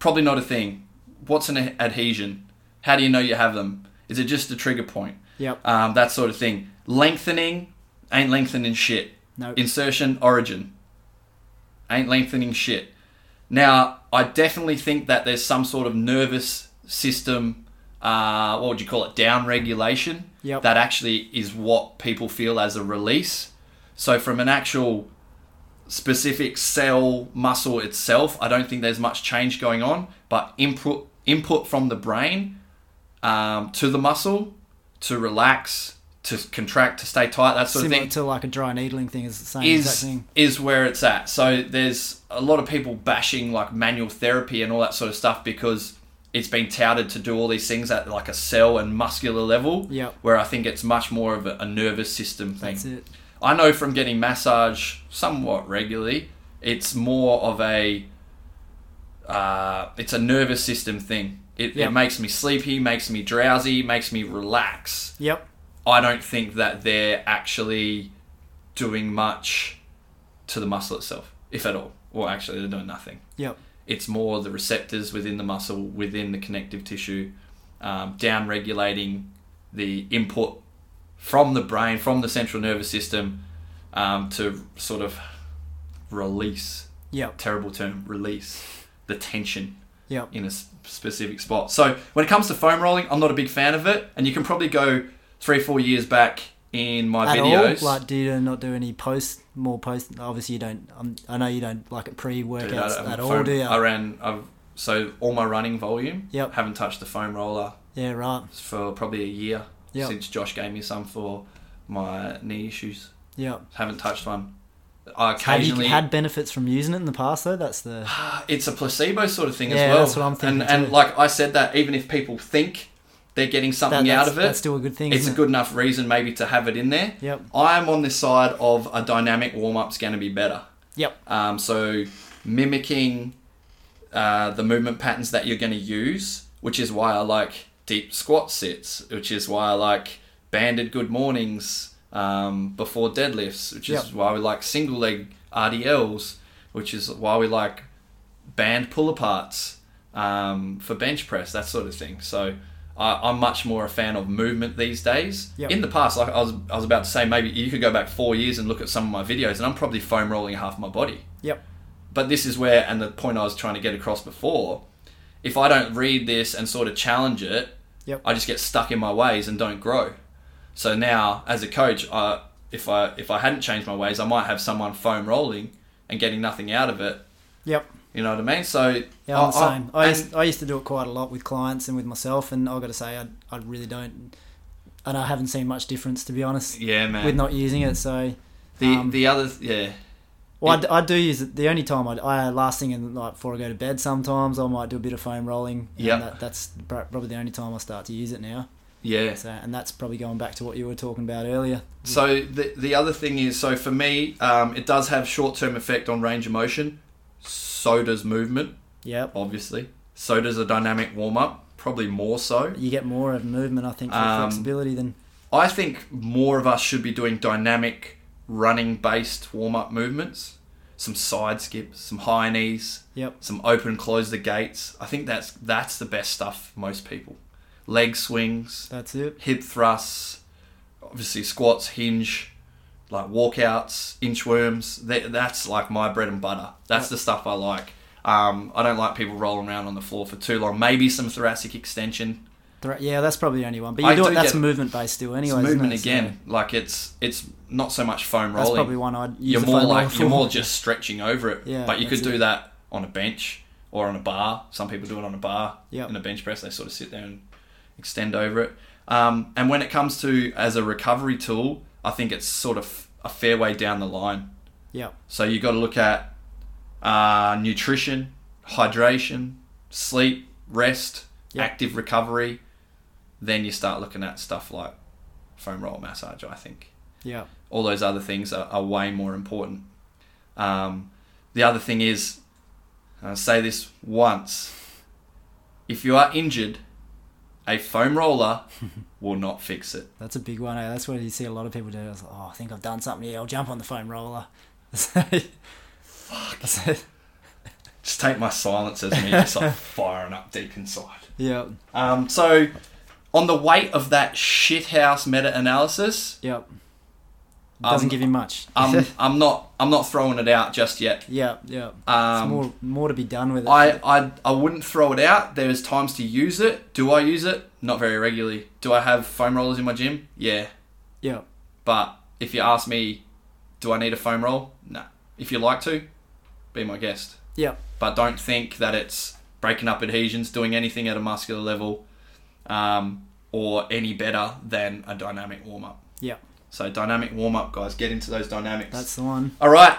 Probably not a thing. What's an ad- adhesion? How do you know you have them? Is it just a trigger point?
Yep.
Um, that sort of thing. Lengthening ain't lengthening shit.
Nope.
Insertion origin ain't lengthening shit. Now, I definitely think that there's some sort of nervous system, uh, what would you call it, down regulation
Yep.
that actually is what people feel as a release. So, from an actual specific cell muscle itself, I don't think there's much change going on, but input input from the brain um, to the muscle to relax, to contract, to stay tight, that sort
Similar
of thing
to like a dry needling thing is the same exact
is
thing.
is where it's at. So there's a lot of people bashing like manual therapy and all that sort of stuff because it's been touted to do all these things at like a cell and muscular level.
Yep.
Where I think it's much more of a, a nervous system thing.
That's it.
I know from getting massage somewhat regularly, it's more of a uh, it's a nervous system thing. It,
Yeah.
it makes me sleepy, makes me drowsy, makes me relax.
Yep.
I don't think that they're actually doing much to the muscle itself, if at all. Or actually, they're doing nothing.
Yep.
It's more the receptors within the muscle, within the connective tissue, um, down regulating the input from the brain, from the central nervous system, um, to sort of release.
Yep.
Terrible term, release the tension
Yep.
in a s- specific spot. So when it comes to foam rolling, I'm not a big fan of it, and you can probably go three, four years back in my
At
videos.
all? Like, do you not do any post, more post? Obviously, you don't. Um, I know you don't like it pre
Dude, I
workouts
don't-
at
foam-
all, do you?
I ran I've, so all my running volume.
Yep.
Haven't touched the foam roller
yeah, right.
for probably a year
Yep.
since Josh gave me some for my knee issues.
Yeah.
Haven't touched one.
Have
I
you
occasionally
had benefits from using it in the past, though? That's the.
it's a placebo sort of thing as
Yeah,
well.
that's what I'm thinking
And, and
too.
like I said, that even if people think they're getting something
that-
out
that's-
of it,
That's still a good thing.
it's a
isn't
good enough reason maybe to have it in there.
It? Yep.
I'm on this side of a dynamic warm up's going to be better.
Yep.
Um, so mimicking uh, the movement patterns that you're going to use, which is why I like deep squat sits, which is why I like banded good mornings um, before deadlifts, which is
Yep.
why we like single leg RDLs, which is why we like band pull aparts um, for bench press, that sort of thing. So I, I'm much more a fan of movement these days.
Yep.
In the past, like I was, I was about to say, maybe you could go back four years and look at some of my videos, and I'm probably foam rolling half my body.
Yep.
But this is where, and the point I was trying to get across before, if I don't read this and sort of challenge it,
Yep.
I just get stuck in my ways and don't grow. So now, as a coach, I, if I if I hadn't changed my ways, I might have someone foam rolling and getting nothing out of it.
Yep.
You know what I mean? So
Yeah, I'm the
I- I-
same. I,
Oh, and-
used, I used to do it quite a lot with clients and with myself, and I've got to say, I, I really don't. And I haven't seen much difference, to be honest,
yeah, man.
with not using it. So,
the
um,
the other yeah
well, I d- I, do use it. The only time I, I last thing in like before I go to bed, sometimes I might do a bit of foam rolling. and
Yep.
that, that's pr- probably the only time I start to use it now.
yeah.
So, and that's probably going back to what you were talking about earlier.
So the the other thing is, so for me, um, it does have short term effect on range of motion. So does movement,
Yep.
obviously. So does a dynamic warm up, probably more so.
You get more of movement, I think, for
Um,
flexibility than
I think more of us should be doing dynamic running based warm up movements. Some side skips, some high knees,
Yep.
some open close the gates. I think that's that's the best stuff for most people. Leg swings,
That's it.
hip thrusts, obviously squats, hinge, like walkouts, inchworms. That, that's like my bread and butter. That's
Yep.
the stuff I like. Um, I don't like people rolling around on the floor for too long. Maybe some thoracic extension,
Thra- Yeah, that's probably the only one. But you
I
do
do
it, that's
get-
movement based still, anyway.
It's movement again. Like it's it's not so much foam
That's
rolling.
probably one I'd use.
you're
the
more
foam roller
like
for.
you're more just stretching over it.
Yeah,
but you could
that's
do that on a bench or on a bar. Some people do it on a bar.
Yep.
In a bench press, they sort of sit there and extend over it. Um, and when it comes to as a recovery tool, I think it's sort of a fair way down the line.
Yeah,
So you got to look at uh, nutrition, hydration, sleep, rest,
Yep.
active recovery. Then you start looking at stuff like foam roll massage. I think
yeah,
all those other things are, are way more important. Um, the other thing is, and I'll say this once: if you are injured, a foam roller will not fix it.
that's a big one. Eh? That's what you see a lot of people do. It's like, oh, I think I've done something. Yeah, I'll jump on the foam roller. Fuck.
Just take my silence as me just like firing up deep inside.
yep,
Um, so, on the weight of that shithouse meta-analysis,
yep.
Um,
Doesn't give you much.
I'm, I'm not I'm not throwing it out just yet.
yep, yep. it's
Um,
more, more to be done with it.
I, I I wouldn't throw it out. There's times to use it. Do I use it? Not very regularly. Do I have foam rollers in my gym? Yeah.
yep,
But if you ask me, do I need a foam roll? No. If you like to, be my guest.
yep,
But don't think that it's breaking up adhesions, doing anything at a muscular level, um, or any better than a dynamic warm up.
yep.
So dynamic warm up, guys. Get into those dynamics.
That's the one.
All right.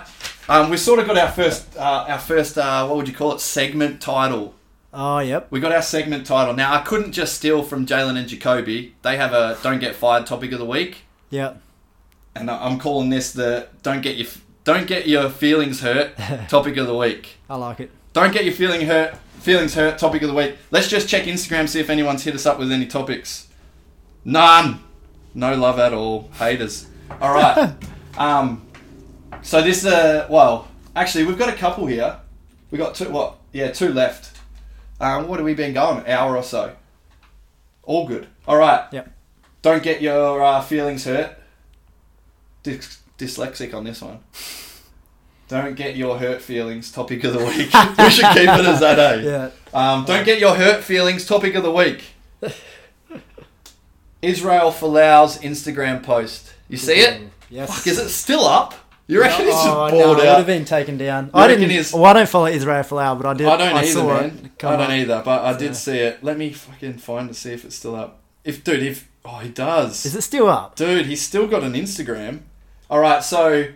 Um, we sort of got our first, uh, our first, uh, what would you call it? Segment title.
Oh, yep.
We got our segment title. Now I couldn't just steal from Jalen and Jacoby. They have a "Don't Get Fired" topic of the week,
Yep.
and I- I'm calling this the "Don't Get Your Don't Get Your Feelings Hurt" topic of the week.
I like it.
Don't get your feeling hurt. Feelings hurt. Topic of the week. Let's just check Instagram see if anyone's hit us up with any topics. None. No love at all. Haters. All right. um. So this uh well actually we've got a couple here. We got two what yeah two left. Um, what have we been going? Hour or so. All good. All right.
Yep.
Don't get your uh, feelings hurt. Dys- dyslexic on this one. Don't get your hurt feelings. Topic of the week. we should keep it as that, eh?
Yeah.
Um, don't get your hurt feelings. Topic of the week. Israel Folau's Instagram post. You see it?
Yes.
Fuck, is it still up? You reckon it's
Oh, no,
just balled
it would
out?
have been taken down.
You
I
reckon
didn't.
it's-
Well, I don't follow Israel Folau, but I did.
I don't either,
saw
man.
It. come
I don't
up.
either, but I did
So-
see it. Let me fucking find to see if it's still up. If dude, if oh he does,
Is it still up?
dude, he's still got an Instagram. All right, so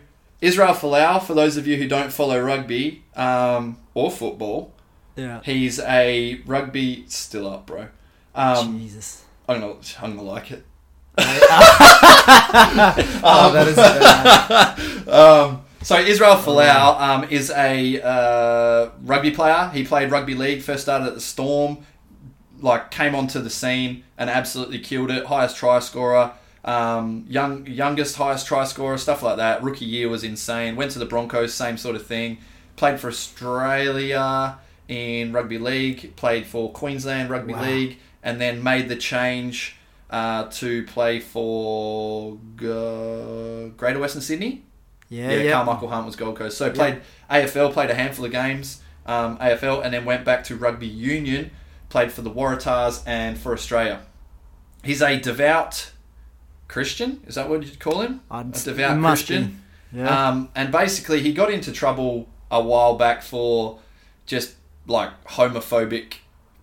Israel Folau, for those of you who don't follow rugby um, or football,
Yeah.
he's a rugby still up, bro. Um,
Jesus. Ah,
I'm gonna, I'm gonna like it.
Oh, that is bad.
Um, so Israel Folau um, is a uh, rugby player. He played rugby league. First started at the Storm. Like came onto the scene and absolutely killed it. Highest try scorer, um, young youngest highest try scorer, stuff like that. Rookie year was insane. Went to the Broncos, same sort of thing. Played for Australia in rugby league. Played for Queensland rugby
Wow.
league, and then made the change uh, to play for uh, Greater Western Sydney.
Yeah,
Yeah,
yeah.
Carmichael Hunt was Gold Coast. So played AFL, played a handful of games, um, AFL, and then went back to rugby union, played for the Waratahs and for Australia. He's a devout Christian. Is that what you'd call him?
I'd-
a devout
Uh, it must
Christian.
be. Yeah.
Um, and basically, he got into trouble a while back for just like homophobic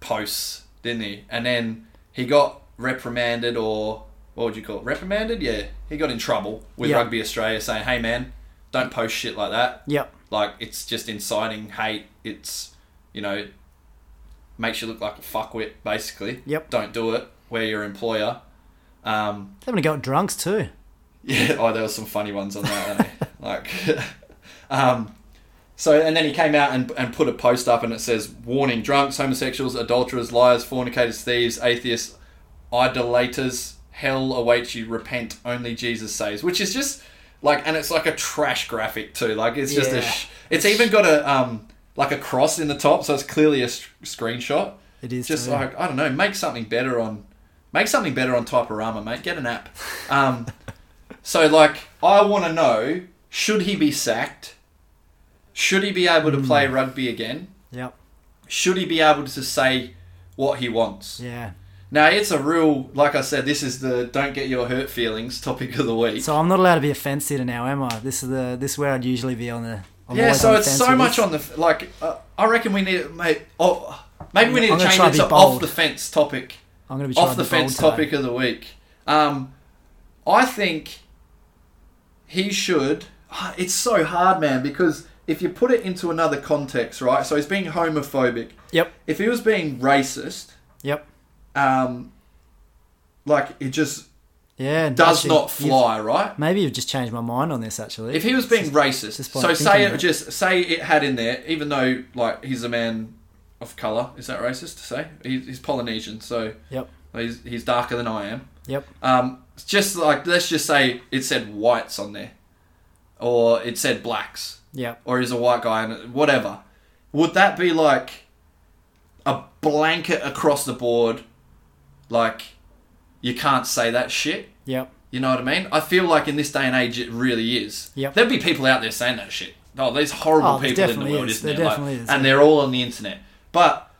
posts, didn't he? And then he got reprimanded, or what would you call it? Reprimanded? Yeah, he got in trouble with
Yeah.
Rugby Australia, saying, "Hey, man, don't post shit like that.
yep.
Like, it's just inciting hate. It's you know, makes you look like a fuckwit, basically.
Yep.
Don't do it. We're your employer." Um,
Having a go at drunks too.
yeah, oh, there were some funny ones on that. eh? like, um, so and then he came out and, and put a post up, and it says, "Warning: drunks, homosexuals, adulterers, liars, fornicators, thieves, atheists, idolaters, hell awaits you. Repent. Only Jesus saves." Which is just like, and it's like a trash graphic too. Like, it's just a.
Yeah.
Sh- it's even got a um like a cross in the top, so it's clearly a s- screenshot.
It is
Just
too.
like I don't know, make something better on, make something better on Typorama, mate. Get an app. Um, so like, I want to know: should he be sacked? Should he be able to
Hmm.
play rugby again?
Yep.
Should he be able to say what he wants?
Yeah.
Now it's a real, like I said, this is the don't get your hurt feelings topic of the week.
So I'm not allowed to be a fence sitter now, am I? This is the this is where I'd usually be on the. I'm
yeah,
always
so
on the
it's
fence
so
with
much
this.
on the f- like. Uh, I reckon we need, mate. Oh, maybe we need
I'm
to
gonna
change
try
it
to be
to off
bold.
the fence topic.
I'm going to be trying
off the
to be
fence
bold
topic of the week. Um, I think he should. Ah, It's so hard, man, because if you put it into another context, right? So he's being homophobic.
Yep.
If he was being racist,
Yep.
um, like it just
Yeah.
does
actually,
not
you've-
fly, right?
Maybe you've just changed my mind on this actually.
If he was being racist,
just by
so say
thinking
it
that.
just say it had in there, even though like he's a man of color. Is that racist to say? He's, he's Polynesian, so
Yep.
he's he's darker than I am.
Yep.
Um, it's just like let's just say it said whites on there, or it said blacks,
Yep.
or he's a white guy and whatever. Would that be like a blanket across the board? Like you can't say that shit.
Yep.
You know what I mean? I feel like in this day and age, it really is.
Yep.
There'd be people out there saying that shit. Oh, there's horrible
Oh, there
people in the
definitely
world,
is.
isn't
There
there? Like,
definitely is,
And
yeah.
they're all on the internet. But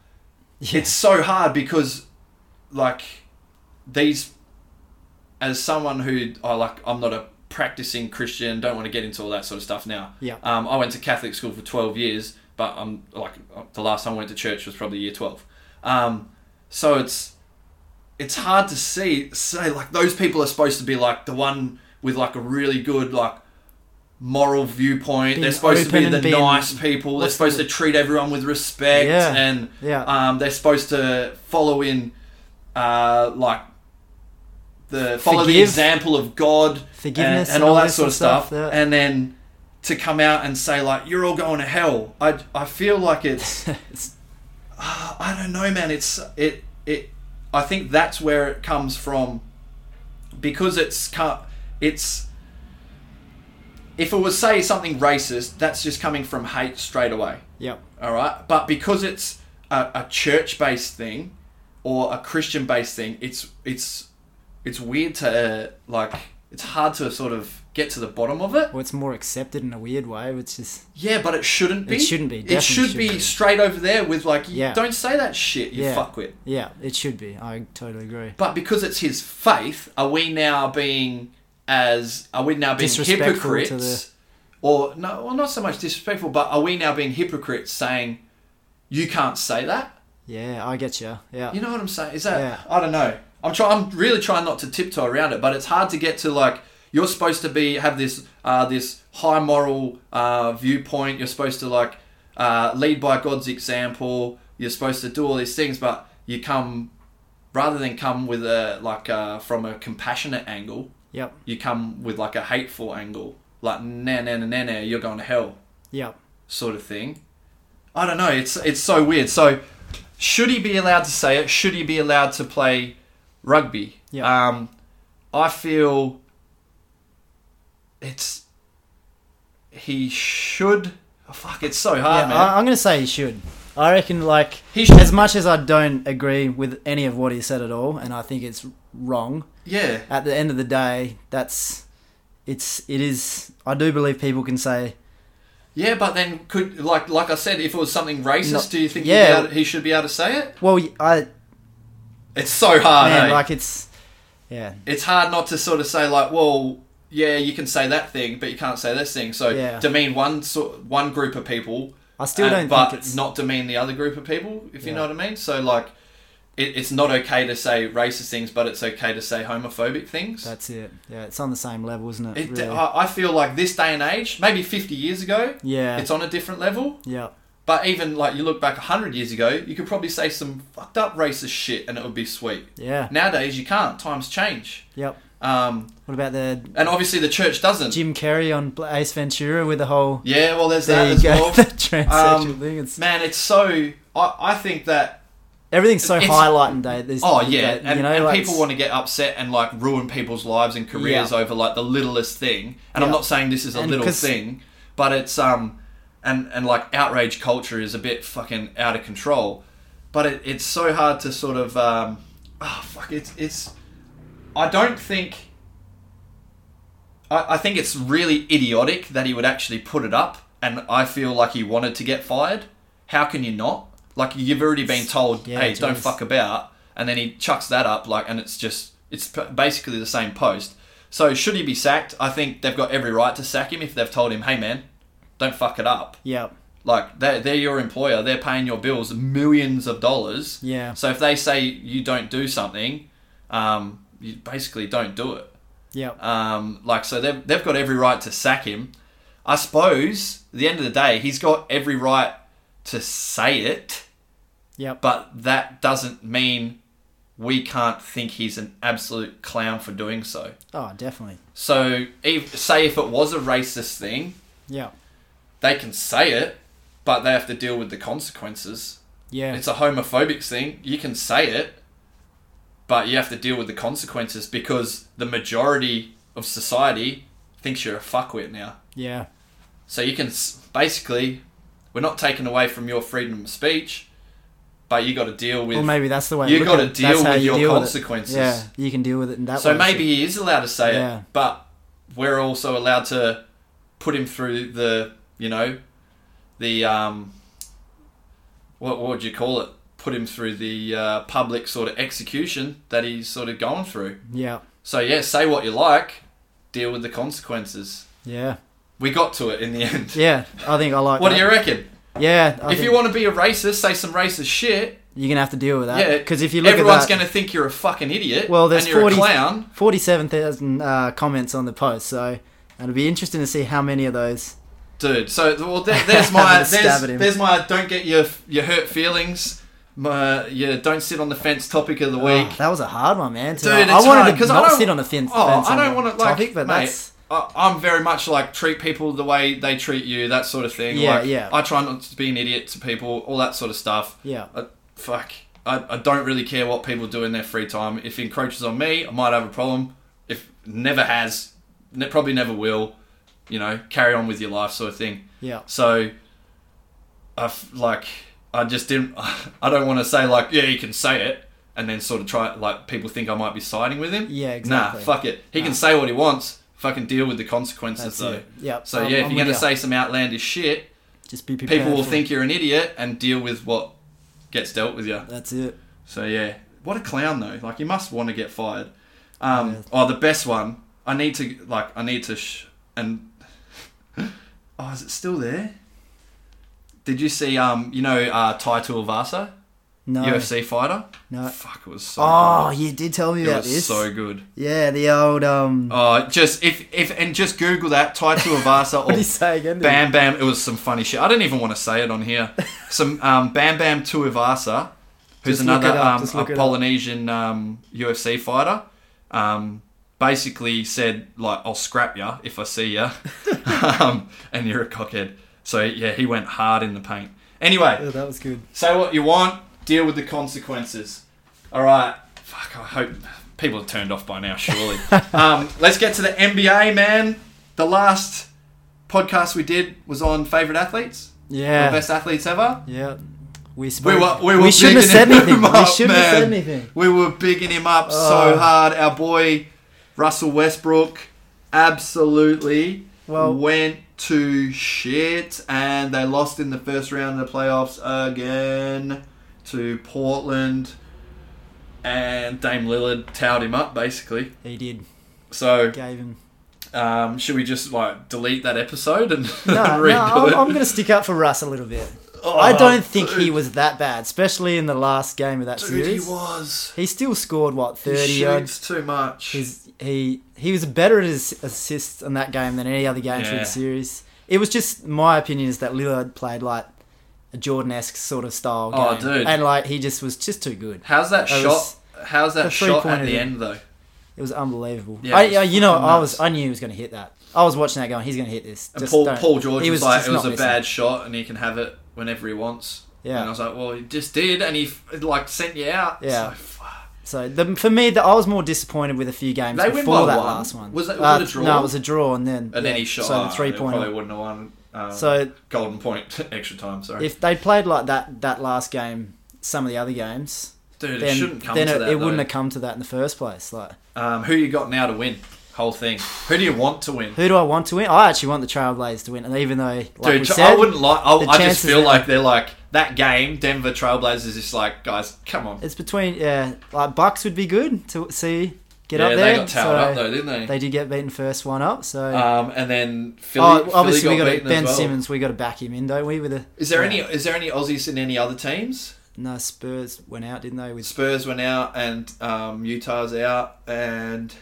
Yeah.
it's so hard because, like, these. As someone who, I like, I'm not a practicing Christian. Don't want to get into all that sort of stuff now.
Yeah.
Um, I went to Catholic school for 12 years, but I'm like, the last time I went to church was probably year 12. Um, so it's it's hard to see say like those people are supposed to be like the one with like a really good like moral viewpoint
Being
they're supposed to be
open
the
and being-
nice people they're
what's
supposed
the-
to treat everyone with respect
Yeah,
and
yeah.
um, they're supposed to follow in uh, like the follow the
Forgive.
example of god
Forgiveness
and, and all, that sort of stuff,
yeah.
and then to come out and say like you're all going to hell i, I feel like it's
It's-
I don't know, man. It's it it. I think that's where it comes from, because it's cu- it's. If it was say something racist, that's just coming from hate straight away.
Yep.
All right, but because it's a, a church-based thing or a Christian-based thing, it's it's it's weird to uh, like it's hard to sort of get to the bottom of it.
Well, it's more accepted in a weird way, which is
Yeah, but it shouldn't be.
It shouldn't be,
It
definitely
should
should
be,
be.
straight over there with like, you
Yeah.
don't say that shit. You
Yeah.
fuckwit.
yeah, it should be. I totally agree.
But because it's his faith, are we now being as are we now being
Disrespectful
hypocrites?
to the-
Or no, well, not so much disrespectful, but are we now being hypocrites saying you can't say that?
Yeah, I get you. Yeah,
You know what I'm saying? Is that
Yeah.
I don't know. I'm trying. I'm really trying not to tiptoe around it, but it's hard to get to like you're supposed to be have this uh, this high moral uh, viewpoint. You're supposed to like uh, lead by God's example. You're supposed to do all these things, but you come rather than come with a like uh, from a compassionate angle.
yep,
You come with like a hateful angle, like nah nah nah nah nah. You're going to hell
yep.
sort of thing. I don't know. It's it's so weird. So should he be allowed to say it? Should he be allowed to play rugby?
Yeah.
Um, I feel it's he should. oh, fuck, it's so hard,
Yeah,
man.
I, I'm gonna say he should. I reckon, like,
He should.
as much as I don't agree with any of what he said at all, and I think it's wrong.
yeah,
At the end of the day, that's it's it is. I do believe people can say
yeah. But then could like like I said, if it was something racist,
Not-
do you think
yeah.
he'd be able, he should be able to say it?
Well, y- I
It's so hard.
man,
eh?
like it's yeah,
it's hard not to sort of say like, well, yeah, you can say that thing, but you can't say this thing. So
Yeah.
demean one sort one group of people.
I still
uh,
don't
but
think it's
not demean the other group of people, if you
Yeah.
know what I mean. So like, it, it's not okay to say racist things, but it's okay to say homophobic things.
That's it. Yeah, it's on the same level, isn't it?
it, uh,
really?
I, I feel like this day and age, maybe fifty years ago,
yeah,
it's on a different level.
yeah,
But even like you look back hundred years ago, you could probably say some fucked up racist shit, and it would be sweet.
yeah,
Nowadays, you can't. Times change.
yep.
Um,
What about the
and obviously, the church doesn't.
Jim Carrey on Bla- Ace Ventura with the whole
Yeah, well, there's
there
that
you
as
go
well.
that transsexual
Um,
thing? It's
Man, it's so. I, I think that.
everything's so
it's-
highlighted day. This
Oh yeah,
that,
and,
you know,
and
like,
people want to get upset and like ruin people's lives and careers
Yeah.
over like the littlest thing. And I'm
Yeah.
not saying this is a
And
little
'cause-
thing, but it's um, and and like outrage culture is a bit fucking out of control. But it, it's so hard to sort of um, oh fuck, it's it's. I don't think. I, I think it's really idiotic that he would actually put it up, and I feel like he wanted to get fired. How can you not? Like you've already been told,
Yeah,
hey, don't
jeez.
fuck about, and then he chucks that up, like, and it's just it's p- basically the same post. So should he be sacked? I think they've got every right to sack him if they've told him, hey man, don't fuck it up.
Yeah,
Like they're, they're your employer, they're paying your bills millions of dollars.
Yeah.
So if they say you don't do something, um, you basically don't do it.
yeah,
Um, like, so they've, they've got every right to sack him. I suppose, at the end of the day, he's got every right to say it,
yeah.
but that doesn't mean we can't think he's an absolute clown for doing so.
oh, definitely.
So, if, say if it was a racist thing,
Yeah,
they can say it, but they have to deal with the consequences.
yeah,
It's a homophobic thing. You can say it, but you have to deal with the consequences because the majority of society thinks you're a fuckwit now.
yeah,
So you can s- basically, we're not taking away from your freedom of speech, but you got to deal with.
Well, maybe that's the way
you
look
gotta
at it.
deal
That's how
with
you
your
deal with it.
consequences.
Yeah, you can deal with it in that
so
way.
maybe he is allowed to say
Yeah.
it, but we're also allowed to put him through the, you know, the um, what what would you call it? Put him through the uh, public sort of execution that he's sort of going through.
Yeah,
So yeah, say what you like, deal with the consequences.
yeah,
We got to it in the end.
yeah. I think I like.
What
that.
do you reckon?
Yeah, I
if you
think
want to be a racist, say some racist shit.
you're gonna have to deal with that.
yeah,
because if you look
everyone's
at that,
going to think you're a fucking idiot.
Well, there's
and you're
40
a clown.
forty-seven thousand uh, comments on the post, so it'll be interesting to see how many of those.
dude. So well, there, there's
I'm
my
gonna
there's,
stab at him.
there's my don't get your your hurt feelings. My your don't sit on the fence topic of the week.
Oh, that was a hard one, man.
Dude,
I-
it's
I wanted
hard,
to
'cause I
not
don't-
sit on the fence.
oh,
fence
I
on
don't
the
want to like,
topic, but
mate,
that's
I, I'm very much like treat people the way they treat you, that sort of thing.
Yeah,
like,
yeah.
I try not to be an idiot to people, all that sort of stuff.
yeah,
I, fuck. I, I don't really care what people do in their free time. If it encroaches on me, I might have a problem. If never has, ne- probably never will. You know, carry on with your life, sort of thing.
yeah,
So, I f- like I just didn't. I don't want to say like, yeah, you can say it, and then sort of try like people think I might be siding with him.
Yeah, exactly.
Nah, fuck it. He can say what he wants. Fucking deal with the consequences
That's
though.
it. Yep.
So
I'm-
yeah, if
I'm
you're gonna
with ya.
say some outlandish shit,
Just be prepared.
people will
for
think you're an idiot and deal with what gets dealt with you.
it. That's it.
So yeah, what a clown though. Like you must want to get fired. Um,
Yeah.
Oh, the best one. I need to like I need to sh- and oh, is it still there? Did you see um you know uh, Tai Tuivasa
No.
UFC fighter?
No.
Fuck, it was so.
Oh,
good.
you did tell me
it
about
was
this.
so good.
yeah, the old um.
Uh, just if if and just Google that Tai Tuivasa
what did he
or
say again?
Bam Bam. It was some funny shit. I didn't even want to say it on here. Some um, Bam Bam Tuivasa, who's
Just look
another
it up,
um,
just
a
look it up.
Polynesian um, UFC fighter, um, basically said like, "I'll scrap ya if I see ya," um, and you're a cockhead. So yeah, he went hard in the paint. Anyway,
Yeah, Oh, that was good.
say what you want, deal with the consequences. All right. Fuck. I hope people have turned off by now. Surely. um, let's get to the NBA, man. The last podcast we did was on favorite athletes,
Yeah.
the best athletes ever.
Yeah. We spoke.
We were, we were
shouldn't have
bigging
said
him
anything.
Up,
we shouldn't have said
man.
anything.
We were bigging him up so
Oh.
hard. Our boy Russell Westbrook absolutely
Well-
went to shit, and they lost in the first round of the playoffs again to Portland. And Dame Lillard towed him up basically.
He did.
So,
Gave him.
um, should we just like delete that episode and,
No,
and
no.
redo
I'm,
it?
I'm going to stick up for Russ a little bit.
Oh,
I don't think he
dude,
was that bad, especially in the last game of that
Dude, he
series.
was.
He still scored what
He
thirty yards.
shoots too much.
His, he he was better at his assists in that game than any other game through
Yeah.
the series. It was just my opinion is that Lillard played like a Jordan-esque sort of style
Oh,
game,
dude.
and like he just was just too good.
How's that
That
shot?
was-
How's that
the
shot at
three-pointer
the
that-
end though?
It was unbelievable.
Yeah,
I,
it was
I- you know,
fucking
I
nuts.
was I knew he was going to hit that. I was watching that going, he's going to hit this.
And
Just
Paul,
don't.
Paul George
He
was, like,
just
it was a
not missing.
bad shot, and he can have it whenever he wants.
Yeah.
And I was like, well, he just did, and he f- like sent you out.
Yeah.
So, fuck.
So the, for me, the, I was more disappointed with a few games
They win by
before that
one.
last one.
Was it- was
Uh,
it a draw?
No, it was a draw, and then
And
yeah,
then he shot.
So the
three
three
point. Probably
pointer.
wouldn't have won. Um,
So
golden point extra time. Sorry.
if they played like that that last game, some of the other games,
Dude, it
then
shouldn't come
then
to
it,
that.
it wouldn't
though.
have come to that in the first place. Like,
Um, who you got now to win? Whole thing. Who do you want to win?
who do I want to win? I actually want the Trailblazers to win, and even though like we
Dude,
said,
I wouldn't like. I,
the
I just
chances
feel
are-
like they're like that game. Denver Trailblazers is like, guys, come on.
it's between yeah, like Bucks would be good to see get
yeah,
up there.
they got
so
towed up though, didn't they?
They did get beaten first one up, so.
Um, and then Philly,
Oh, obviously
Philly got
we got
beaten
to,
as
Ben
well.
Simmons. We got to back him in, don't we? With a
Is there
Yeah.
any is there any Aussies in any other teams?
no Spurs went out, didn't they? With
Spurs went out and um, Utah's out and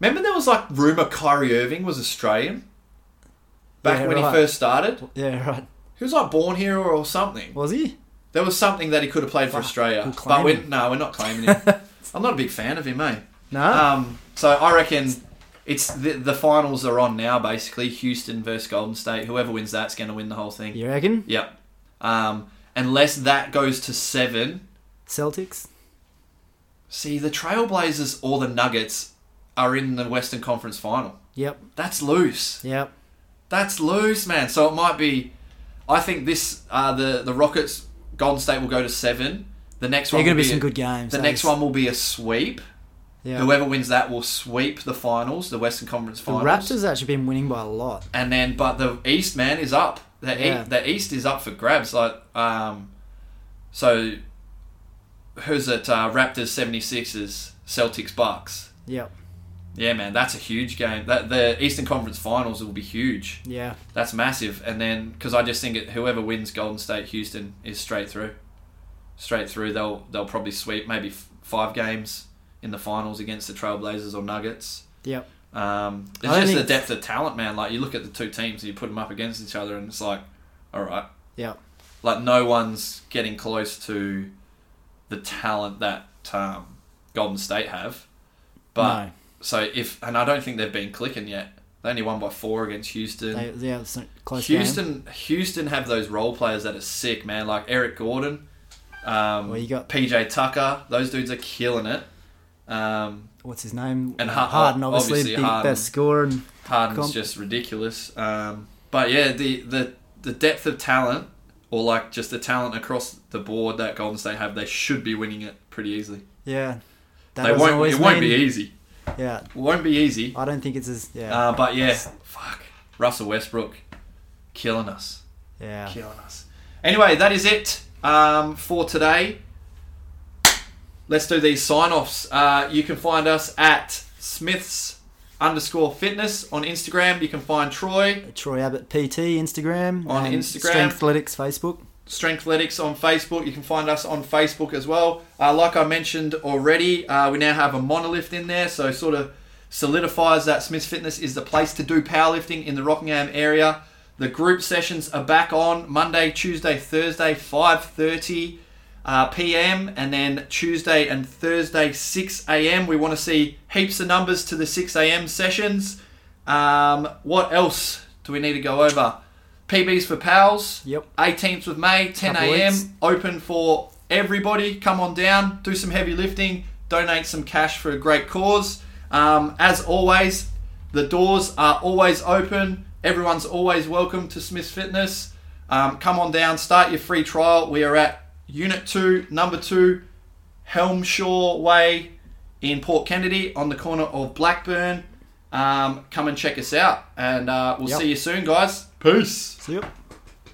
remember there was like rumor Kyrie Irving was Australian back
Yeah,
when
right.
he first started.
yeah, right.
He was like born here or something.
Was he?
There was something that he could have played for
Fuck,
Australia,
we'll
but
claim
we
him.
no, we're not claiming him. I'm not a big fan of him, eh?
No.
Um, so I reckon it's the, the finals are on now. Basically, Houston versus Golden State. Whoever wins that's going to win the whole thing.
you reckon?
Yep. Um, unless that goes to seven.
Celtics.
See, the Trailblazers or the Nuggets are in the Western Conference final.
Yep.
That's loose.
Yep.
That's loose, man. So it might be. I think this uh, the the Rockets Golden State will go to seven. The next
They're
one
going to
will
be some
a-
good games.
The
those.
next one will be a sweep.
Yeah.
Whoever wins that will sweep the finals, the Western Conference
the
finals.
Raptors actually been winning by a lot.
and then but the east man is up the,
Yeah.
e- the east is up for grabs like um so who's it uh, raptors 76ers celtics bucks
Yep.
yeah man that's a huge game that the eastern conference finals will be huge
Yeah.
that's massive and then because i just think it, whoever wins golden state houston is straight through straight through they'll they'll probably sweep maybe f- five games in the finals against the trailblazers or nuggets
Yep.
um,
I
it's
don't
just
think
the depth of talent, man. Like you look at the two teams and you put them up against each other, and it's like, all right,
Yep.
like no one's getting close to the talent that um, Golden State have. But
no.
so if and I don't think they've been clicking yet. They only won by four against Houston.
They, yeah, it's a close game.
Houston, Houston have those role players that are sick, man. Like Eric Gordon, um,
Well, you got-
PJ Tucker. Those dudes are killing it. Um,
What's his name?
And Har- oh,
Harden, obviously,
obviously
big
Harden.
best scorer. And,
Harden's
Comp-
just ridiculous. Um, but yeah, the, the the depth of talent, or like just the talent across the board that Golden State have, they should be winning it. pretty easily.
Yeah. That
they
doesn't
won't.
always
It won't
mean-
be easy.
Yeah.
It won't be easy.
I don't think it's as. Yeah.
Uh, but yeah, fuck. Russell Westbrook, killing us,
yeah.
killing us. Anyway, that is it um, for today. Let's do these sign offs. Uh, you can find us at Smiths underscore fitness on Instagram. You can find Troy
Troy Abbott PT Instagram
On
and
Instagram.
Strengthletics Facebook.
Strengthletics on Facebook. You can find us on Facebook as well. Uh, like I mentioned already, uh, we now have a monolift in there, so sort of solidifies that Smith's Fitness is the place to do powerlifting in the Rockingham area. The group sessions are back on Monday, Tuesday, Thursday, 5:30 uh, p.m. and then Tuesday and Thursday 6 a.m. We want to see heaps of numbers to the 6 a.m. sessions. Um, what else do we need to go over? PBs for pals.
Yep.
18th of May, 10
Couple
a.m.
weeks.
Open for everybody. Come on down, do some heavy lifting, donate some cash for a great cause. Um, as always, the doors are always open. Everyone's always welcome to Smith's Fitness. Um, come on down, start your free trial. We are at Unit 2, Number 2, Helmshaw Way in Port Kennedy on the corner of Blackburn. Um, come and check us out, and uh, we'll
Yep.
see you soon, guys. Peace.
So, yep.